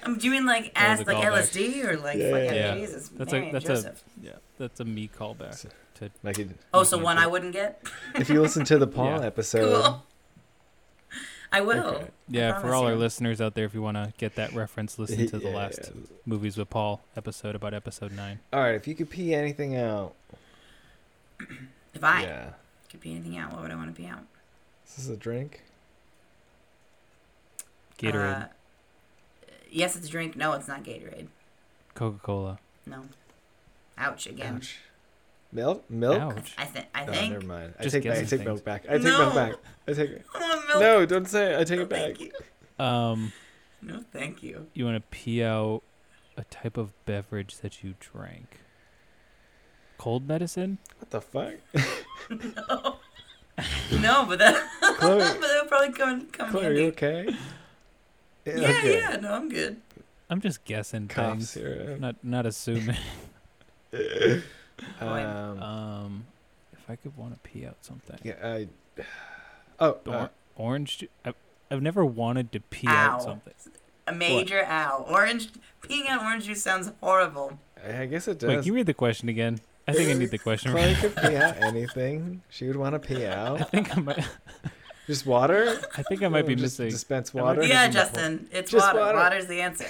Speaker 2: I'm doing like
Speaker 1: That was
Speaker 2: ass
Speaker 1: a
Speaker 2: like
Speaker 1: callback.
Speaker 2: LSD or like
Speaker 3: Yeah,
Speaker 2: fucking
Speaker 1: yeah.
Speaker 2: Jesus.
Speaker 1: That's a-
Speaker 2: Mary and
Speaker 1: that's a-
Speaker 2: Joseph.
Speaker 1: Yeah, that's a me callback.
Speaker 3: Like you-
Speaker 2: oh, so
Speaker 1: Mhm.
Speaker 2: one I wouldn't get.
Speaker 3: if you listen to the Paul
Speaker 1: Yeah.
Speaker 3: episode,
Speaker 2: Cool. I will.
Speaker 3: Okay.
Speaker 1: Yeah, for
Speaker 2: promise
Speaker 1: all our
Speaker 2: you.
Speaker 1: listeners out there, if you want to get that reference, listen to the
Speaker 3: Yeah.
Speaker 1: last movies with Paul episode about episode nine.
Speaker 3: All right, if you could pee anything out,
Speaker 2: If I
Speaker 3: yeah,
Speaker 2: could pee anything out, what would I want to pee out?
Speaker 3: is this a drink?
Speaker 1: Gatorade,
Speaker 2: Uh, yes, it's a drink. No, it's not Gatorade.
Speaker 1: Coca Cola.
Speaker 2: No. Ouch again.
Speaker 3: Ouch. Milk? Milk?
Speaker 1: Ouch.
Speaker 2: I think. I
Speaker 3: Oh,
Speaker 2: think.
Speaker 3: never mind. I
Speaker 1: Just
Speaker 3: take,
Speaker 1: guess
Speaker 3: I
Speaker 1: some
Speaker 3: take
Speaker 1: things.
Speaker 3: milk back. I take
Speaker 2: No.
Speaker 3: milk back. I take it.
Speaker 2: I want milk.
Speaker 3: No, don't say it. I take
Speaker 2: No,
Speaker 3: it back.
Speaker 2: Thank you.
Speaker 1: Um,
Speaker 2: No, thank you.
Speaker 1: you want to pee out a type of beverage that you drank. Cold medicine?
Speaker 3: What the fuck?
Speaker 2: No, but that, but
Speaker 3: Chloe,
Speaker 2: that would probably come come
Speaker 3: Chloe, are
Speaker 2: handy.
Speaker 3: you okay?
Speaker 2: Yeah, yeah. No, I'm good.
Speaker 1: I'm just guessing
Speaker 3: Cough
Speaker 1: things.
Speaker 3: syrup.
Speaker 1: Not not assuming.
Speaker 3: Um,
Speaker 1: um, if I could want to pee out something.
Speaker 3: yeah, I. Oh,
Speaker 1: The
Speaker 3: uh,
Speaker 1: or- orange. ju- I've, I've never wanted to pee
Speaker 2: Ow.
Speaker 1: out something.
Speaker 2: A major ow. Orange peeing out orange juice sounds horrible.
Speaker 3: I guess it does.
Speaker 1: Wait, can you read the question again? I think I need the question.
Speaker 3: Chloe could pee out anything. She would want to pee
Speaker 1: I
Speaker 3: out.
Speaker 1: think I might.
Speaker 3: Just water?
Speaker 1: I think I might be
Speaker 3: Just
Speaker 1: missing.
Speaker 3: Dispense
Speaker 1: I might
Speaker 3: water?
Speaker 1: be-
Speaker 2: Yeah,
Speaker 1: think I'm a
Speaker 2: Justin, it's
Speaker 3: Just
Speaker 2: water.
Speaker 3: water.
Speaker 2: Water's the answer.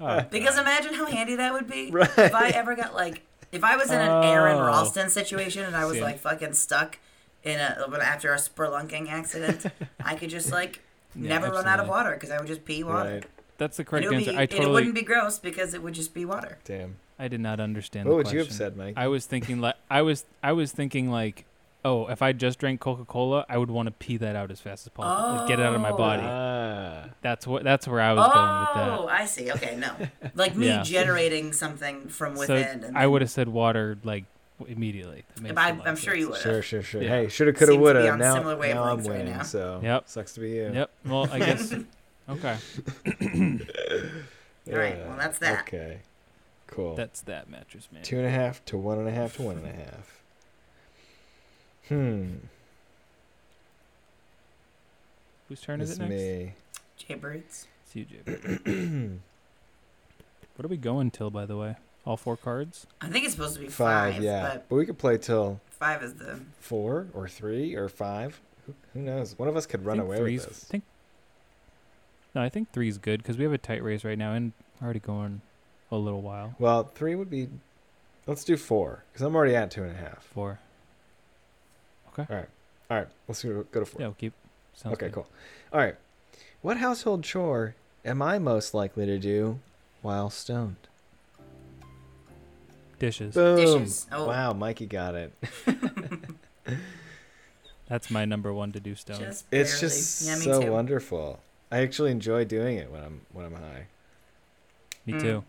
Speaker 1: Oh,
Speaker 2: Because imagine how handy that would be
Speaker 3: Right.
Speaker 2: if I ever got like if I was in an Aaron
Speaker 1: Oh.
Speaker 2: Ralston situation and I was
Speaker 1: See.
Speaker 2: like fucking stuck in a after a spelunking accident, I could just like
Speaker 1: Yeah,
Speaker 2: never run out of
Speaker 1: absolutely.
Speaker 2: water because I would just pee water.
Speaker 3: Right.
Speaker 1: that's the
Speaker 2: And it
Speaker 1: correct
Speaker 2: would
Speaker 1: answer.
Speaker 2: be-
Speaker 1: I
Speaker 2: and it
Speaker 1: totally.
Speaker 2: wouldn't be gross because it would just be water.
Speaker 3: Damn.
Speaker 1: I did not understand.
Speaker 3: What
Speaker 1: the
Speaker 3: would
Speaker 1: question.
Speaker 3: you have said, Mike?
Speaker 1: I was thinking like I was. I was thinking like, oh, if I just drank Coca Cola, I would want to pee that out as fast as possible. Like, get it out of my
Speaker 2: Oh.
Speaker 1: body.
Speaker 3: Ah.
Speaker 1: that's what. That's where I was going with
Speaker 2: Oh,
Speaker 1: that.
Speaker 2: I see. Okay, no, like me
Speaker 1: Yeah.
Speaker 2: generating something from within.
Speaker 1: so
Speaker 2: and
Speaker 1: I would have said water like w- immediately. That
Speaker 2: then-
Speaker 1: makes
Speaker 2: I,
Speaker 1: a lot
Speaker 2: I'm
Speaker 1: of
Speaker 2: sure you
Speaker 1: sense.
Speaker 2: would.
Speaker 3: Sure, sure, sure.
Speaker 1: Yeah.
Speaker 3: Hey, shoulda, coulda,
Speaker 2: Seems to be
Speaker 3: woulda.
Speaker 2: on
Speaker 3: Now,
Speaker 2: similar
Speaker 3: now I'm
Speaker 2: wavelengths right
Speaker 3: winning.
Speaker 2: now.
Speaker 3: So
Speaker 1: Yep.
Speaker 3: sucks to be you.
Speaker 1: Yep. Well, I guess. Okay.
Speaker 2: All right, well, that's that.
Speaker 3: Okay, cool.
Speaker 1: That's that mattress man.
Speaker 3: Two and a half to one and a half to one and a half. Hmm.
Speaker 1: Whose turn is
Speaker 3: it's
Speaker 1: it next?
Speaker 3: me.
Speaker 2: Jaybirds.
Speaker 1: It's you, JB. what are we going till, by the way? All four cards?
Speaker 2: I think it's supposed to be
Speaker 3: Five,
Speaker 2: five,
Speaker 3: yeah.
Speaker 2: but
Speaker 3: But we could play till
Speaker 2: five is the
Speaker 3: four or three or five. Who, who knows? One of us could
Speaker 1: I
Speaker 3: run
Speaker 1: think
Speaker 3: away
Speaker 1: three's,
Speaker 3: with this.
Speaker 1: I think, no, I think three's good because we have a tight race right now and we're already going a little while.
Speaker 3: Well, three would be. Let's do four because I'm already at two and a half.
Speaker 1: Four.
Speaker 3: All right, let's go go to four.
Speaker 1: Yeah, we'll keep. Sounds
Speaker 3: Okay,
Speaker 1: good.
Speaker 3: cool. All right. What household chore am I most likely to do while stoned?
Speaker 1: Dishes.
Speaker 3: Boom.
Speaker 2: dishes. Oh,
Speaker 3: Wow, Mikey got it.
Speaker 1: That's my number one to do stone.
Speaker 2: just barely.
Speaker 3: It's just
Speaker 2: yeah, me
Speaker 3: so
Speaker 2: too.
Speaker 3: wonderful. I actually enjoy doing it when I'm when I'm high.
Speaker 1: Me
Speaker 2: Mm.
Speaker 1: too.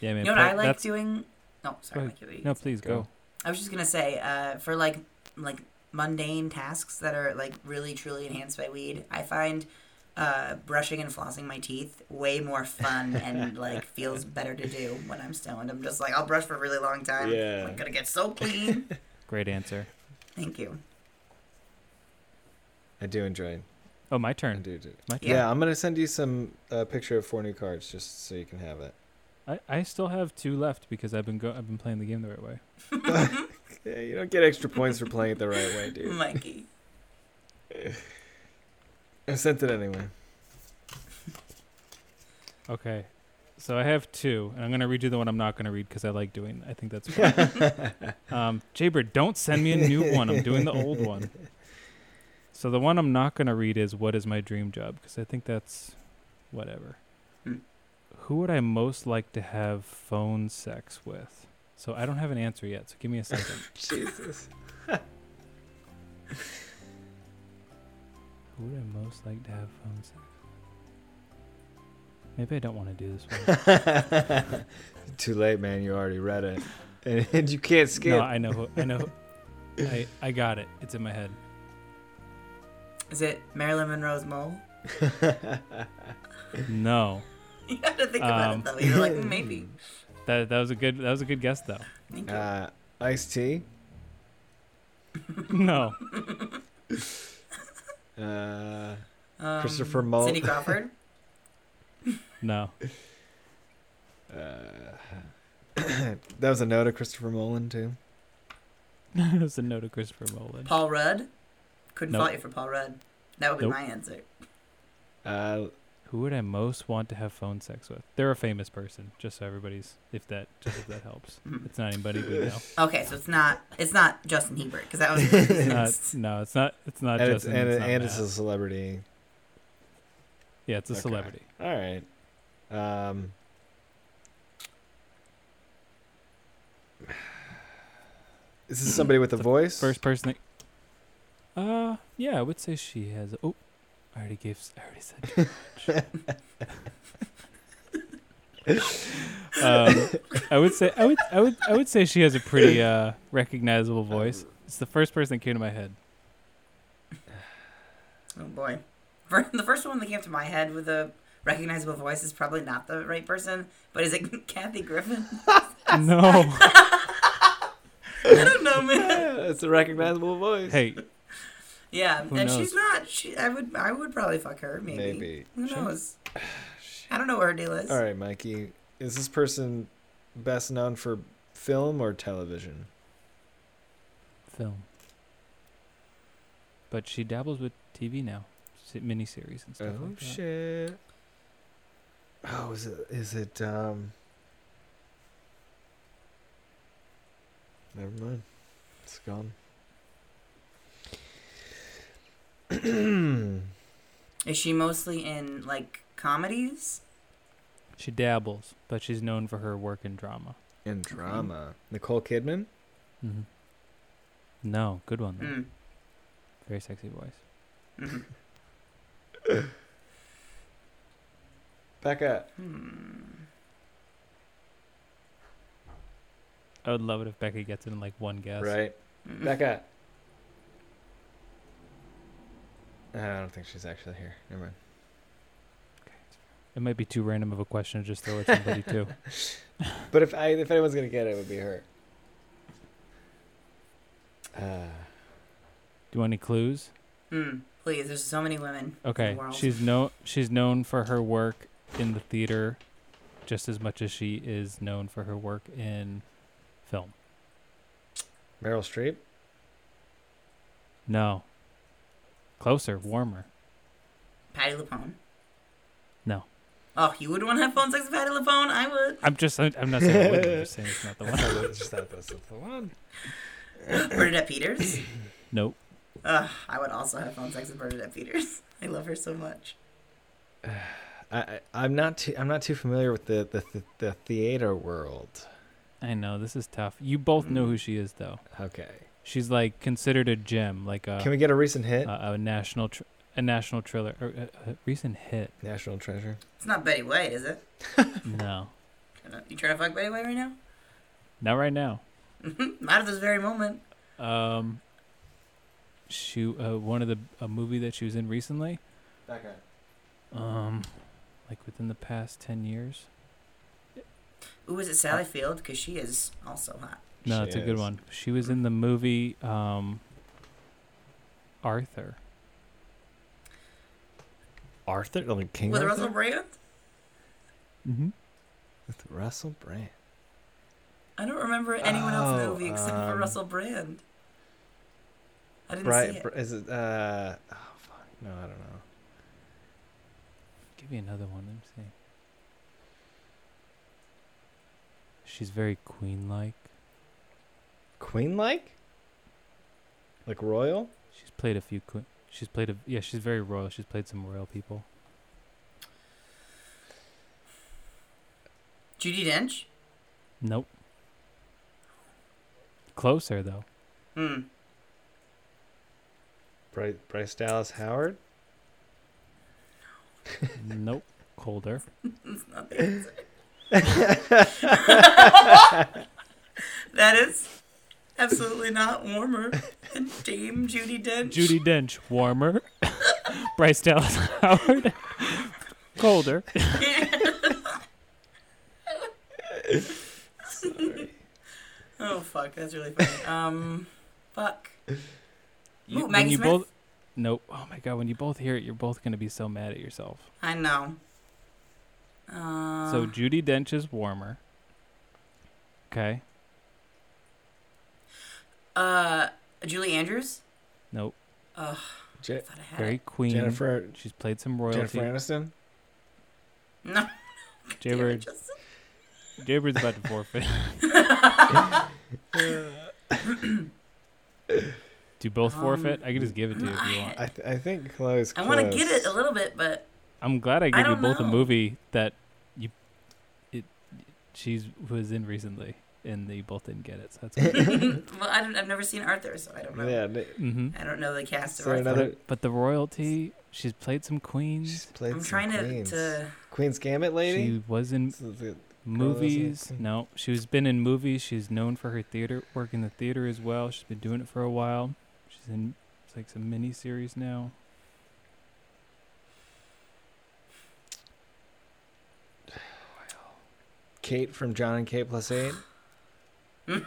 Speaker 1: Yeah, man.
Speaker 2: You know what
Speaker 1: pla-
Speaker 2: I like
Speaker 1: that's-
Speaker 2: doing? No, sorry,
Speaker 1: Go
Speaker 2: Mike, you-
Speaker 1: No, please
Speaker 3: Go.
Speaker 1: go.
Speaker 2: I was just gonna say, uh, for like like mundane tasks that are like really truly enhanced by weed, I find uh, brushing and flossing my teeth way more fun and like feels better to do when I'm stoned. I'm just like I'll brush for a really long time.
Speaker 3: Yeah.
Speaker 2: I'm gonna get so clean.
Speaker 1: Great answer.
Speaker 2: Thank you.
Speaker 3: I do enjoy.
Speaker 1: Oh, my
Speaker 3: I
Speaker 1: turn.
Speaker 3: do. do.
Speaker 1: My
Speaker 3: Yeah.
Speaker 1: turn.
Speaker 3: I'm gonna send you some uh, picture of four new cards just so you can have it.
Speaker 1: I, I still have two left because I've been go- I've been playing the game the right way.
Speaker 3: Yeah, you don't get extra points for playing it the right way, dude.
Speaker 2: Mikey.
Speaker 3: I sent it anyway.
Speaker 1: Okay. So I have two, and I'm gonna read you the one I'm not gonna read because I like doing. I think that's fun. um, Jaybird, don't send me a new one. I'm doing the old one. So the one I'm not gonna read is "What is my dream job?" because I think that's whatever.
Speaker 2: Hmm.
Speaker 1: Who would I most like to have phone sex with? So I don't have an answer yet. So give me a second.
Speaker 3: Jesus.
Speaker 1: Who would I most like to have phone sex? with? Maybe I don't want to do this one.
Speaker 3: Too late, man. You already read it, and, and you can't skip.
Speaker 1: No, I know. Who, I know. who- I I got it. It's in my head.
Speaker 2: Is it Marilyn Monroe's mole?
Speaker 1: No,
Speaker 2: You had to think about
Speaker 1: Um,
Speaker 2: it though. You're like "Mm, maybe.
Speaker 1: that that was a good that was a good guess though.
Speaker 2: Thank you.
Speaker 3: uh, iced tea.
Speaker 1: No,
Speaker 3: Uh,
Speaker 2: Um,
Speaker 3: Christopher Mole.
Speaker 2: Cindy Crawford.
Speaker 1: no.
Speaker 3: uh, that was a note of Christopher Nolan too.
Speaker 1: it was a no to Christopher Nolan.
Speaker 2: Paul Rudd. Couldn't
Speaker 1: Nope.
Speaker 2: fault you for Paul Rudd. That would be
Speaker 1: Nope.
Speaker 2: my answer.
Speaker 3: Uh,
Speaker 1: Who would I most want to have phone sex with? They're a famous person. Just so everybody's, if that just if that helps. It's not anybody we know.
Speaker 2: Mm-hmm. Okay, so it's not it's not Justin Hebert because that was
Speaker 1: It's not, no, it's not. It's not
Speaker 3: and it's,
Speaker 1: Justin.
Speaker 3: and,
Speaker 1: it's not
Speaker 3: and it's a
Speaker 1: Matt.
Speaker 3: celebrity.
Speaker 1: yeah, it's a
Speaker 3: okay.
Speaker 1: celebrity.
Speaker 3: All right. Um, is this somebody with a
Speaker 1: The
Speaker 3: voice?
Speaker 1: First person. That, uh, yeah, I would say she has. Oh, I already gave. s- I already said too much. um, I would say I would I would I would say she has a pretty uh, recognizable voice. It's the first person that came to my head.
Speaker 2: Oh boy. For, the first one that came to my head with a recognizable voice is probably not the right person, but is it Kathy Griffin?
Speaker 1: No,
Speaker 2: I don't know, man.
Speaker 3: Yeah, it's a recognizable voice.
Speaker 1: hey,
Speaker 2: Yeah,
Speaker 1: Who
Speaker 2: and
Speaker 1: knows?
Speaker 2: she's not. She, I would, I would probably fuck her, maybe.
Speaker 3: Maybe.
Speaker 2: Who knows? I don't know what her deal is.
Speaker 3: All right, Mikey. Is this person best known for film or television?
Speaker 1: film. But she dabbles with TV now, si- miniseries and stuff.
Speaker 3: Oh
Speaker 1: like that.
Speaker 3: shit. Oh, is it? Is it? Um. Never mind. It's gone.
Speaker 2: Is she mostly in like comedies?
Speaker 1: She dabbles, but she's known for her work in drama.
Speaker 3: and drama. Nicole Kidman.
Speaker 1: Mm-hmm. No, good one. Though.
Speaker 2: Mm.
Speaker 1: Very sexy voice.
Speaker 2: Mhm.
Speaker 3: Back up.
Speaker 2: Hmm.
Speaker 1: I would love it if Becca gets it in like one guess.
Speaker 3: Right.
Speaker 2: Hmm.
Speaker 1: Mm-hmm.
Speaker 3: Back up. Uh, I don't think she's actually here. Never mind.
Speaker 1: It might be too random of a question to just throw at somebody too.
Speaker 3: But if I if anyone's gonna get it, it would be her. Uh,
Speaker 1: Do you want any clues?
Speaker 2: Mm. Please, there's so many women. In
Speaker 1: Okay,
Speaker 2: the world.
Speaker 1: she's no she's known for her work in the theater, just as much as she is known for her work in film.
Speaker 3: Meryl Streep.
Speaker 1: No. Closer, warmer.
Speaker 2: Patty LuPone.
Speaker 1: No,
Speaker 2: Oh, you would want to have phone sex with Patty LuPone? I would.
Speaker 1: I'm just I'm, I'm not saying I wouldn't, I'm just saying Oh, it's not the one.
Speaker 3: just thought this was the one.
Speaker 2: Bernadette Peters.
Speaker 1: Nope.
Speaker 2: Ugh, I would also have phone sex with Bernadette Peters. I love her so much.
Speaker 3: I, I I'm not too I'm not too familiar with the the, the, the theater world.
Speaker 1: I know this is tough. You both know who she is though.
Speaker 3: Okay.
Speaker 1: She's like considered a gem, like a
Speaker 3: Can we get a recent hit?
Speaker 1: Uh, a, a national tr- a national thriller or uh, a, a recent hit.
Speaker 3: National Treasure.
Speaker 2: It's not Betty White, is it?
Speaker 1: No,
Speaker 2: You trying to fuck Betty White right now? Mm-hmm.
Speaker 1: not right now.
Speaker 2: Not at this very moment.
Speaker 1: Um, she uh, one of the a movie that she was in recently.
Speaker 3: Okay.
Speaker 1: Um, like within the past ten years.
Speaker 2: Ooh, is it Sally Field? Because she is also hot.
Speaker 1: No,
Speaker 3: She
Speaker 1: it's a good
Speaker 3: is.
Speaker 1: one. She was in the movie um, Arthur.
Speaker 6: Arthur, like King
Speaker 2: With
Speaker 6: Arthur?
Speaker 2: Russell Brand?
Speaker 1: Mm-hmm.
Speaker 6: With Russell Brand.
Speaker 2: I don't remember anyone else in the
Speaker 3: Oh,
Speaker 2: movie except for
Speaker 3: um,
Speaker 2: Russell Brand. I didn't see
Speaker 3: Right?
Speaker 2: it.
Speaker 3: Br- Is it? Uh, oh fuck! No, I don't know.
Speaker 1: Give me another one. Let me see. She's very queen-like.
Speaker 3: Queen like? Like royal?
Speaker 1: She's played a few queen. She's played a yeah. She's very royal. She's played some royal people.
Speaker 2: Judy Dench?
Speaker 1: Nope. Closer though.
Speaker 2: Hmm.
Speaker 3: Bryce, Bryce Dallas Howard?
Speaker 1: nope. Colder.
Speaker 2: That's not the answer. that is absolutely not warmer than Dame Judy Dench.
Speaker 1: Judy Dench. Warmer. Bryce Dallas Howard. Colder.
Speaker 2: oh fuck, that's really funny. Um, fuck.
Speaker 1: You-
Speaker 2: Ooh, Maggie
Speaker 1: you
Speaker 2: Smith?
Speaker 1: both. Nope. Oh my god. When you both hear it, you're both gonna be so mad at yourself.
Speaker 2: I know. Uh,
Speaker 1: So Judy Dench is warmer. Okay.
Speaker 2: uh, Julie Andrews.
Speaker 1: Nope.
Speaker 2: Ugh,
Speaker 3: Je-
Speaker 2: thought I had
Speaker 1: Very
Speaker 2: it.
Speaker 1: queen.
Speaker 3: Jennifer
Speaker 1: She's played some royalty.
Speaker 3: Jennifer Aniston?
Speaker 2: No. Damn it,
Speaker 1: Jaybird.
Speaker 2: Justin.
Speaker 1: Jaybird. about to forfeit. Do both
Speaker 2: Um,
Speaker 1: forfeit? I can just give it to you if you want.
Speaker 3: I, th- I think Chloe's
Speaker 2: I
Speaker 3: close.
Speaker 2: want to get it a little bit, but
Speaker 1: I'm glad I gave you
Speaker 2: don't
Speaker 1: both a
Speaker 2: know.
Speaker 1: movie that you it she's was in recently and they both didn't get it. So that's good.
Speaker 2: well, I don't, I've never seen Arthur, so I don't know.
Speaker 3: Yeah, n-
Speaker 1: mm-hmm.
Speaker 2: I don't know the cast of
Speaker 3: So
Speaker 2: Arthur.
Speaker 3: another-
Speaker 1: But the royalty, she's played some
Speaker 3: she's
Speaker 1: queens.
Speaker 3: played
Speaker 2: I'm
Speaker 3: some
Speaker 2: trying to,
Speaker 3: queens.
Speaker 2: to.
Speaker 3: Queen's Gambit lady?
Speaker 1: She was in
Speaker 3: This is the-
Speaker 1: movies.
Speaker 3: queen?
Speaker 1: No, she's been in movies. She's known for her theater work in the theater as well. She's been doing it for a while. She's in it's like some mini series now.
Speaker 3: Kate from John and Kate plus eight?
Speaker 2: God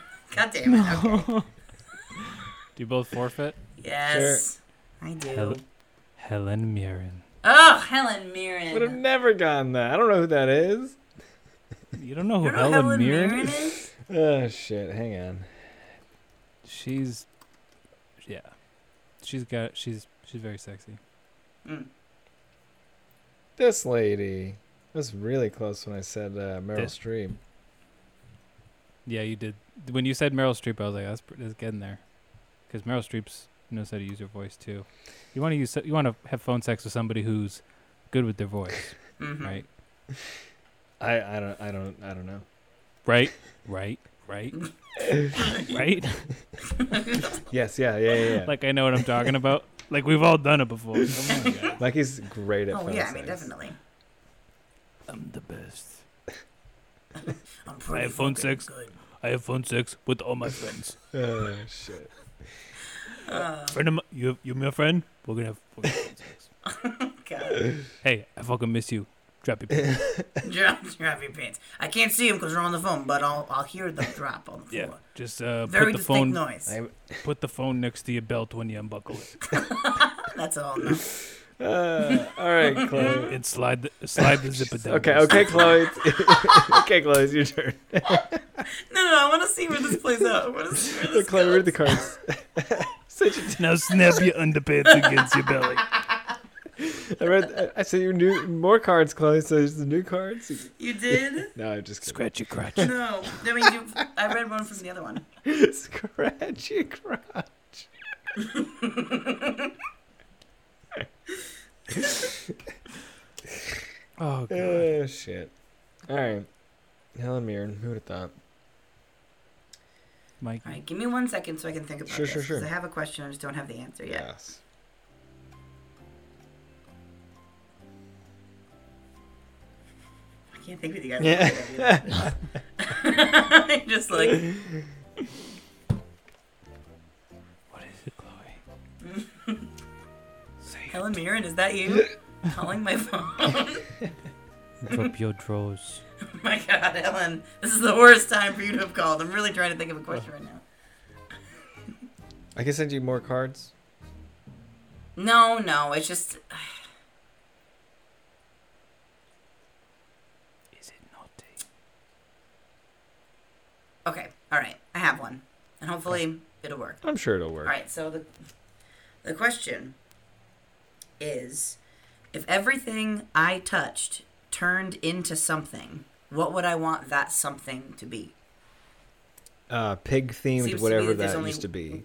Speaker 2: damn it. Okay.
Speaker 1: Do you both forfeit?
Speaker 2: Yes. I do.
Speaker 1: Hel- Helen Mirren.
Speaker 2: Oh, Helen
Speaker 3: Would have
Speaker 2: Mirren.
Speaker 3: never gotten that. I don't know who that is.
Speaker 1: You don't know who
Speaker 2: You know
Speaker 1: Oh, Helen, Mirren, is?
Speaker 2: is?
Speaker 3: Oh, shit. Hang on.
Speaker 1: She's yeah. She's got she's she's very sexy.
Speaker 2: Mm.
Speaker 3: This lady. I was really close when I said uh, Meryl
Speaker 1: This-
Speaker 3: Streep.
Speaker 1: Yeah, you did. When you said Meryl Streep, I was like, that's, pr- that's getting there. Because Meryl Streep's knows how to use her voice too. You want to use you want to have phone sex with somebody who's good with their voice,
Speaker 2: Mhm.
Speaker 1: right?
Speaker 3: I, I don't I don't I don't know.
Speaker 1: Right, right, right, right.
Speaker 3: Yes, yeah, yeah, yeah. yeah. Like,
Speaker 1: Like I know what I'm talking about. Like we've all done it before. Oh my god,
Speaker 3: he's great at.
Speaker 2: Oh,
Speaker 3: phone
Speaker 2: yeah, I mean,
Speaker 3: sex.
Speaker 2: definitely.
Speaker 1: I'm the best.
Speaker 2: I'm pretty
Speaker 1: have phone
Speaker 2: fucking
Speaker 1: sex.
Speaker 2: Good.
Speaker 1: I have phone sex with all my friends.
Speaker 3: Oh shit.
Speaker 2: Oh,
Speaker 1: Friend of my, you, you my friend. We're gonna have fucking phone sex.
Speaker 2: God.
Speaker 1: Hey, I fucking miss you. Drop your pants.
Speaker 2: drop, drop your pants. I can't see them because they're on the phone, but I'll, I'll hear them drop on the floor.
Speaker 1: yeah. Just uh,
Speaker 2: Very
Speaker 1: put the
Speaker 2: distinct
Speaker 1: phone
Speaker 2: noise.
Speaker 3: I'm,
Speaker 1: put the phone next to your belt when you unbuckle it,
Speaker 2: That's all. No.
Speaker 3: uh, all right, Chloe.
Speaker 1: and slide the slide the zipper down.
Speaker 3: Okay, okay, Chloe. It's- okay, Chloe, it's your turn.
Speaker 2: no, no, I want to see where this plays out. I want to see where this
Speaker 3: Chloe, read
Speaker 2: goes.
Speaker 3: the cards.
Speaker 1: Now snap your underpants against your belly.
Speaker 3: I read. I said you new more cards, Chloe. So there's the new cards.
Speaker 2: You did?
Speaker 3: No, I'm just kidding.
Speaker 1: Scratch your crotch.
Speaker 2: No. I mean, you, I read one from the other one.
Speaker 3: Scratch your crotch.
Speaker 1: Oh god.
Speaker 3: Oh shit. All right, Helen Mirren. Who'd have thought?
Speaker 1: Mike,
Speaker 2: All right, give me one second so I can think about
Speaker 3: Sure,
Speaker 2: this.
Speaker 3: sure, sure.
Speaker 2: 'cause I have a question, I just don't have the answer yet.
Speaker 3: Yes.
Speaker 2: I can't think with you guys.
Speaker 3: Yeah.
Speaker 2: I'm just like,
Speaker 1: what is it, Chloe?
Speaker 2: Helen Mirren, is that you? calling my phone.
Speaker 7: Drop your drawers.
Speaker 2: oh my god, Ellen. This is the worst time for you to have called. I'm really trying to think of a question right now.
Speaker 3: I can send you more cards.
Speaker 2: No, no, it's just.
Speaker 7: Is it naughty?
Speaker 2: Okay, alright. I have one. And hopefully it'll work.
Speaker 3: I'm sure it'll work.
Speaker 2: All right, so the the question is if everything I touched turned into something, what would I want that something to be?
Speaker 3: Uh, pig
Speaker 2: Seems to
Speaker 3: themed,
Speaker 2: be
Speaker 3: whatever
Speaker 2: that
Speaker 3: that
Speaker 2: there's only-
Speaker 3: used to be.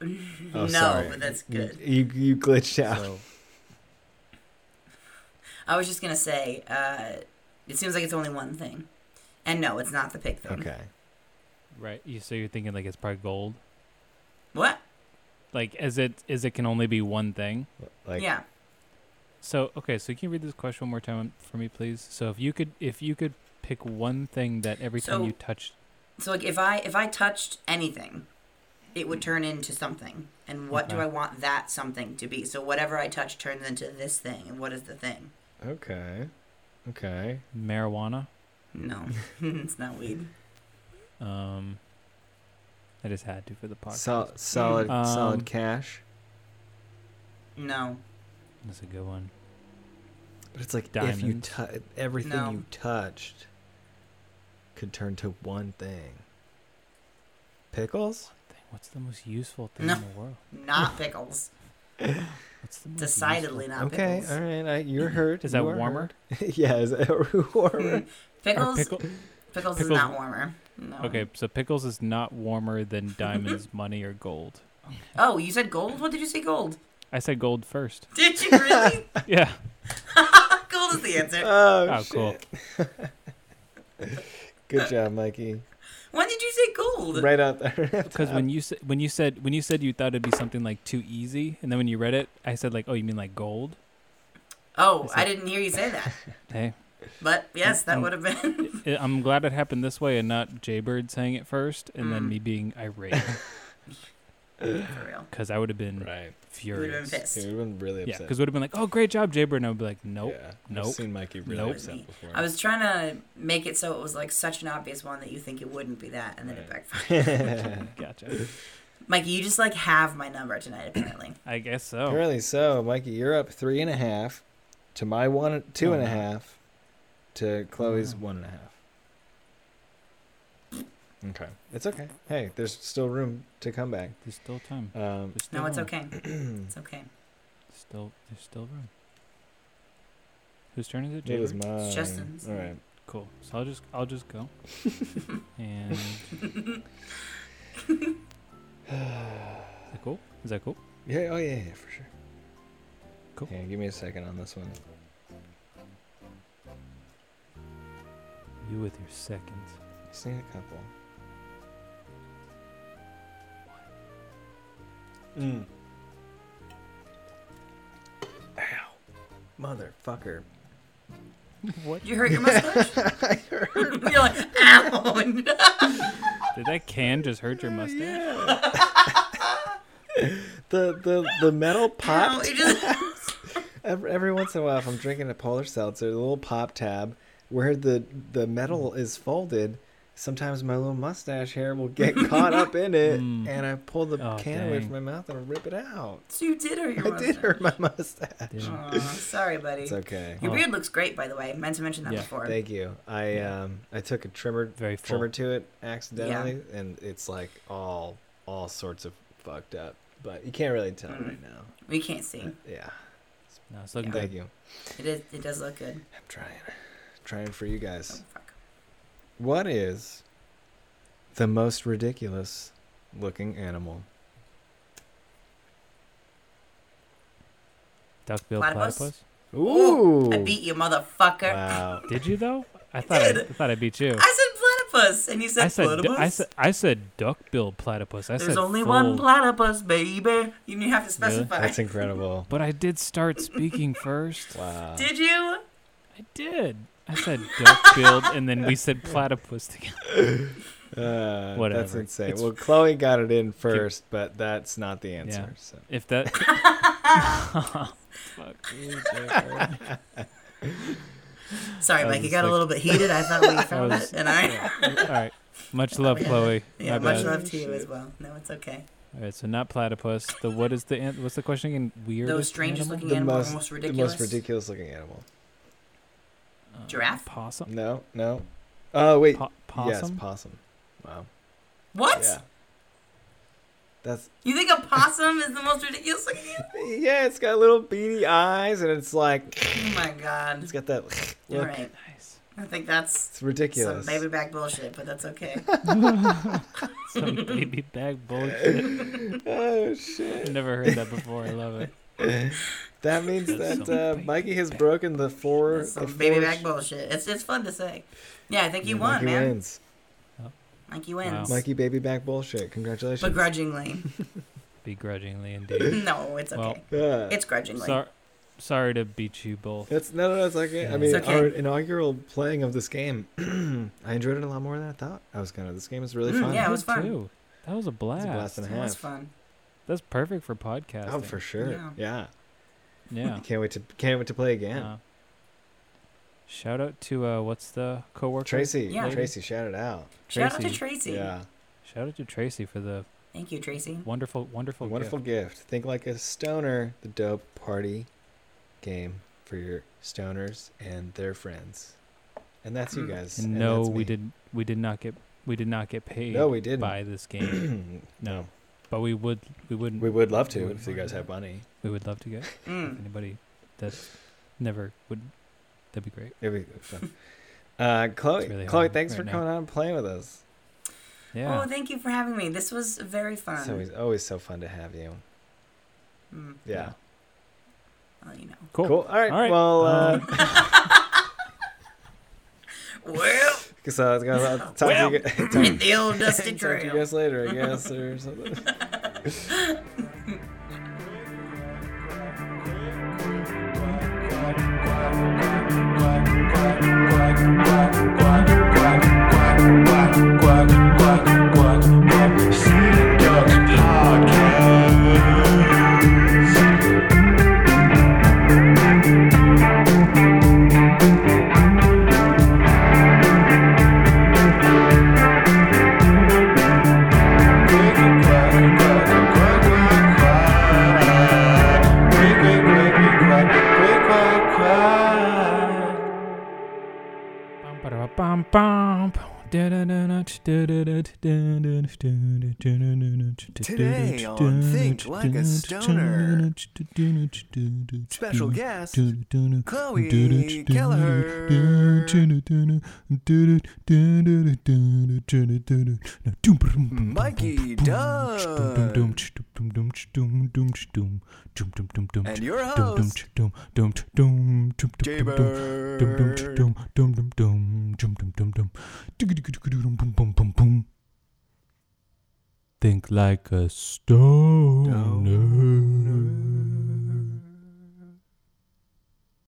Speaker 2: no,
Speaker 3: Oh, sorry.
Speaker 2: but that's
Speaker 3: You-
Speaker 2: good.
Speaker 3: You, you glitched out.
Speaker 7: So,
Speaker 2: I was just going to say uh, it seems like it's only one thing. And no, it's not the pig thing.
Speaker 3: okay.
Speaker 1: Right. You so you're thinking like it's probably gold.
Speaker 2: What?
Speaker 1: Like as it is it can only be one thing.
Speaker 3: Like
Speaker 2: yeah.
Speaker 1: So okay, so can you read this question one more time for me please? So if you could if you could pick one thing that every time
Speaker 2: So-
Speaker 1: you touch
Speaker 2: So like if I if I touched anything, it would turn into something. And what do
Speaker 1: Okay.
Speaker 2: I want that something to be? So whatever I touch turns into this thing. And what is the thing?
Speaker 3: okay, okay.
Speaker 1: marijuana,
Speaker 2: No, it's not weed.
Speaker 1: um I just had to for the podcast.
Speaker 3: Sol- solid,
Speaker 1: Um,
Speaker 3: solid cash.
Speaker 2: No,
Speaker 1: That's a good one.
Speaker 3: But it's like if you
Speaker 1: diamonds.
Speaker 3: tu- everything
Speaker 2: No.
Speaker 3: you touched could turn to one thing. Pickles?
Speaker 1: Dang, What's the most useful thing
Speaker 2: No.
Speaker 1: in the world?
Speaker 2: not pickles.
Speaker 1: What's the most useful-
Speaker 2: Decidedly not
Speaker 3: okay,
Speaker 2: Ah, pickles.
Speaker 3: all right. I, you're hurt.
Speaker 1: Is that
Speaker 3: you are
Speaker 1: warmer?
Speaker 3: hurt. yeah, is that warmer?
Speaker 2: Mm.
Speaker 1: Are
Speaker 2: Pickles,
Speaker 1: pickle-
Speaker 2: pickles is
Speaker 1: pickles-
Speaker 2: not warmer. No.
Speaker 1: okay, so pickles is not warmer than diamonds, money, or gold.
Speaker 2: Oh, you said gold. What did you say? Gold?
Speaker 1: I said gold first.
Speaker 2: Did you really?
Speaker 1: Yeah.
Speaker 2: gold is the answer.
Speaker 3: oh,
Speaker 1: Oh,
Speaker 3: shit.
Speaker 1: cool.
Speaker 3: Good job, Mikey.
Speaker 2: When did you say gold?
Speaker 3: Right out there.
Speaker 1: Because when you said when you said when you said you thought it'd be something like too easy, and then when you read it, I said like, oh, you mean like gold?
Speaker 2: Oh,
Speaker 1: Is
Speaker 2: I
Speaker 1: it-
Speaker 2: didn't hear you say that.
Speaker 1: Hey,
Speaker 2: But yes, that
Speaker 1: Mm.
Speaker 2: would have been.
Speaker 1: I- I'm glad it happened this way and not Jaybird saying it first, and then
Speaker 2: Mm.
Speaker 1: me being irate
Speaker 2: For real.
Speaker 1: because I would have been
Speaker 3: right.
Speaker 2: You would have
Speaker 1: furious.
Speaker 2: been
Speaker 3: Yeah,
Speaker 2: pissed.
Speaker 3: we've been really
Speaker 1: Yeah,
Speaker 3: upset.
Speaker 1: because would have been like, oh, great job, Jaybird, and I would be like, nope.
Speaker 3: Yeah, I've
Speaker 1: nope,
Speaker 3: seen Mikey really
Speaker 1: nope.
Speaker 3: upset before.
Speaker 2: I was trying to make it so it was like such an obvious one that you think it wouldn't be that, and then it
Speaker 3: Right.
Speaker 2: backfired.
Speaker 1: Gotcha.
Speaker 2: Mikey, you just like have my number tonight, apparently.
Speaker 1: I guess so.
Speaker 3: Apparently so, Mikey. You're up three and a half to my one, two
Speaker 1: No,
Speaker 3: and a
Speaker 1: I'm not.
Speaker 3: half, to Chloe's one and a half. Okay, it's okay. Hey, there's still room to come back.
Speaker 1: There's still time.
Speaker 3: Um,
Speaker 1: There's still
Speaker 2: no, it's
Speaker 1: room.
Speaker 2: okay. It's okay.
Speaker 1: Still, there's still room. Whose turn is it?
Speaker 3: it was
Speaker 1: Jaybird?
Speaker 3: mine.
Speaker 2: Justin's.
Speaker 3: All right.
Speaker 1: Cool. So I'll just I'll just go. and is that cool? Is that cool?
Speaker 3: Yeah. Oh yeah. Yeah. For sure.
Speaker 1: Cool.
Speaker 3: Yeah, give me a second on this one.
Speaker 1: You with your seconds.
Speaker 3: Just need a couple. Mm. Ow, motherfucker.
Speaker 1: What
Speaker 2: You hurt your mustache? You're like, ow.
Speaker 1: did that can just hurt your mustache?
Speaker 3: the the the metal
Speaker 2: Ow.
Speaker 3: pop.
Speaker 2: It just-
Speaker 3: Every, every once in a while, if I'm drinking a polar seltzer, the little pop tab where the the metal is folded. Sometimes my little mustache hair will get caught up in it,
Speaker 1: Mm.
Speaker 3: and I pull the
Speaker 1: Oh,
Speaker 3: can away
Speaker 1: dang.
Speaker 3: from my mouth and rip it out.
Speaker 2: So you did hurt your
Speaker 3: I did
Speaker 2: mustache.
Speaker 3: hurt my mustache.
Speaker 1: Did-
Speaker 2: Aw, sorry, buddy.
Speaker 3: It's okay.
Speaker 2: Your
Speaker 1: Oh.
Speaker 2: beard looks great, by the way. Meant to mention that
Speaker 1: Yeah,
Speaker 2: before.
Speaker 3: Thank you. I um I took a trimmer
Speaker 1: Very full.
Speaker 3: trimmer to it accidentally, and it's like all all sorts of fucked up. But you can't really tell
Speaker 2: Mm.
Speaker 3: right now.
Speaker 2: we can't see.
Speaker 3: Yeah.
Speaker 1: No, it's looking
Speaker 3: Thank
Speaker 1: good.
Speaker 3: you.
Speaker 2: It is. It does look good.
Speaker 3: I'm trying, trying for you
Speaker 2: Oh,
Speaker 3: guys.
Speaker 2: fuck.
Speaker 3: What is the most ridiculous looking animal?
Speaker 1: Duckbill
Speaker 2: Platypus?
Speaker 1: platypus?
Speaker 2: Ooh, I beat you, motherfucker.
Speaker 3: Wow.
Speaker 1: Did you though? I thought I, I thought I beat
Speaker 2: I
Speaker 1: you.
Speaker 2: said platypus, and you said,
Speaker 1: I said du-
Speaker 2: platypus.
Speaker 1: I said I said duckbill platypus. I
Speaker 2: There's
Speaker 1: said
Speaker 2: only
Speaker 1: full-
Speaker 2: one platypus, baby. You didn't have to
Speaker 1: Really?
Speaker 2: specify.
Speaker 3: That's incredible.
Speaker 1: But I did start speaking first.
Speaker 3: Wow.
Speaker 2: Did you?
Speaker 1: I did. I said duckbill, and then we said platypus together.
Speaker 3: Uh, That's
Speaker 1: Whatever.
Speaker 3: insane.
Speaker 1: It's-
Speaker 3: well, Chloe got it in first, but that's not the answer.
Speaker 1: Yeah.
Speaker 3: So
Speaker 1: If that.
Speaker 2: Sorry,
Speaker 1: I was
Speaker 2: Mike. It
Speaker 1: just
Speaker 2: got a
Speaker 1: like-
Speaker 2: little bit heated. I thought we found
Speaker 1: was-
Speaker 2: it, and I
Speaker 1: All right. Much love, Chloe.
Speaker 2: yeah,
Speaker 1: My
Speaker 2: much
Speaker 1: bad.
Speaker 2: love to you as well. No, it's okay.
Speaker 1: All right, so not platypus. The what is the an- what's the question again? Weird.
Speaker 2: Those strangest looking
Speaker 3: the
Speaker 2: animal,
Speaker 3: most,
Speaker 2: most
Speaker 3: the
Speaker 2: ridiculous.
Speaker 3: most ridiculous looking animal.
Speaker 2: Giraffe?
Speaker 1: Uh, Possum.
Speaker 3: No, no. Oh wait,
Speaker 1: Po-
Speaker 3: yes,
Speaker 1: possum.
Speaker 3: possum. Wow.
Speaker 2: What?
Speaker 3: Yeah. That's
Speaker 2: You think a possum is the most ridiculous looking? animal?
Speaker 3: yeah. It's got little beady eyes, and it's like
Speaker 2: Oh my god!
Speaker 3: it's got that.
Speaker 2: All
Speaker 3: Look.
Speaker 2: right,
Speaker 1: Nice.
Speaker 2: I think that's
Speaker 3: It's ridiculous.
Speaker 2: some baby back bullshit, but that's okay.
Speaker 1: Some baby bag bullshit.
Speaker 3: Oh shit!
Speaker 1: Never heard that before. I love it.
Speaker 3: That means
Speaker 1: That's
Speaker 3: that
Speaker 1: some
Speaker 3: uh,
Speaker 1: baby
Speaker 3: Mikey has broken the four.
Speaker 2: That's
Speaker 3: The
Speaker 2: some baby
Speaker 3: four
Speaker 2: back
Speaker 3: sh-
Speaker 2: bullshit. It's it's fun to say. Yeah, I think you won,
Speaker 3: Mikey
Speaker 2: man.
Speaker 3: wins.
Speaker 2: Mikey wins.
Speaker 1: Wow.
Speaker 3: Mikey baby back bullshit. Congratulations.
Speaker 2: Begrudgingly.
Speaker 1: Begrudgingly, indeed.
Speaker 2: no, it's okay.
Speaker 1: Well,
Speaker 3: Yeah.
Speaker 2: it's grudgingly.
Speaker 1: Sorry, sorry to beat you both.
Speaker 3: That's no, no, that's okay. I
Speaker 1: It's
Speaker 3: mean,
Speaker 2: okay.
Speaker 3: our inaugural playing of this game, I enjoyed it a lot more than I thought I was gonna. This game is really
Speaker 2: Mm,
Speaker 3: fun.
Speaker 2: yeah, it
Speaker 1: Me
Speaker 2: was fun.
Speaker 1: Too. That was a blast.
Speaker 3: It's a blast and a
Speaker 2: That was
Speaker 3: half.
Speaker 2: fun.
Speaker 1: That's perfect for podcasting.
Speaker 3: Oh, for sure. Yeah.
Speaker 2: Yeah.
Speaker 1: Yeah.
Speaker 3: Can't wait to can't wait to play again.
Speaker 1: Uh, shout out to uh, what's the coworker?
Speaker 3: Tracy,
Speaker 2: Yeah.
Speaker 3: Tracy, shout it out.
Speaker 2: Shout out to
Speaker 1: Tracy.
Speaker 2: Tracy.
Speaker 3: Yeah,
Speaker 1: Shout out to Tracy for the
Speaker 2: Thank you, Tracy.
Speaker 1: wonderful, wonderful,
Speaker 3: wonderful gift. Think like a stoner. The dope party game for your stoners and their friends, and that's you
Speaker 2: Mm.
Speaker 3: guys.
Speaker 1: Hmm. And
Speaker 3: and
Speaker 1: no,
Speaker 3: that's
Speaker 1: we
Speaker 3: me.
Speaker 1: did. We did not get. We did not get paid.
Speaker 3: No, we didn't.
Speaker 1: By this game,
Speaker 3: no,
Speaker 1: but we would. We wouldn't.
Speaker 3: we would love to
Speaker 1: would
Speaker 3: if you
Speaker 1: love
Speaker 3: guys
Speaker 1: to.
Speaker 3: have money.
Speaker 1: We would love to get if
Speaker 2: Mm.
Speaker 1: anybody that never would. That'd be great.
Speaker 3: It'd be fun. Uh, Chloe,
Speaker 1: It's really
Speaker 3: Chloe,
Speaker 1: hard
Speaker 3: thanks
Speaker 1: right
Speaker 3: for
Speaker 1: now.
Speaker 3: coming on and playing with us.
Speaker 1: Yeah.
Speaker 2: Oh, thank you for having me. This was very fun.
Speaker 3: It's always, always so fun to have you.
Speaker 2: Mm,
Speaker 3: Yeah.
Speaker 2: I'll let you know.
Speaker 1: cool.
Speaker 3: Cool. All right.
Speaker 1: All right.
Speaker 3: Well, uh,
Speaker 1: Um,
Speaker 2: Well,
Speaker 1: Uh,
Speaker 3: so I was gonna talk, to, you, guys- talk,
Speaker 2: hit the old dusty
Speaker 3: talk to you
Speaker 2: trail.
Speaker 3: guys later, I guess, or something.
Speaker 1: Bum, ba-da, bum, bum. Today
Speaker 8: on Think Like a Stoner, special guest, Chloe Kelleher. Mikey Dunn, and your host, Jaber.
Speaker 9: Think like a stoner.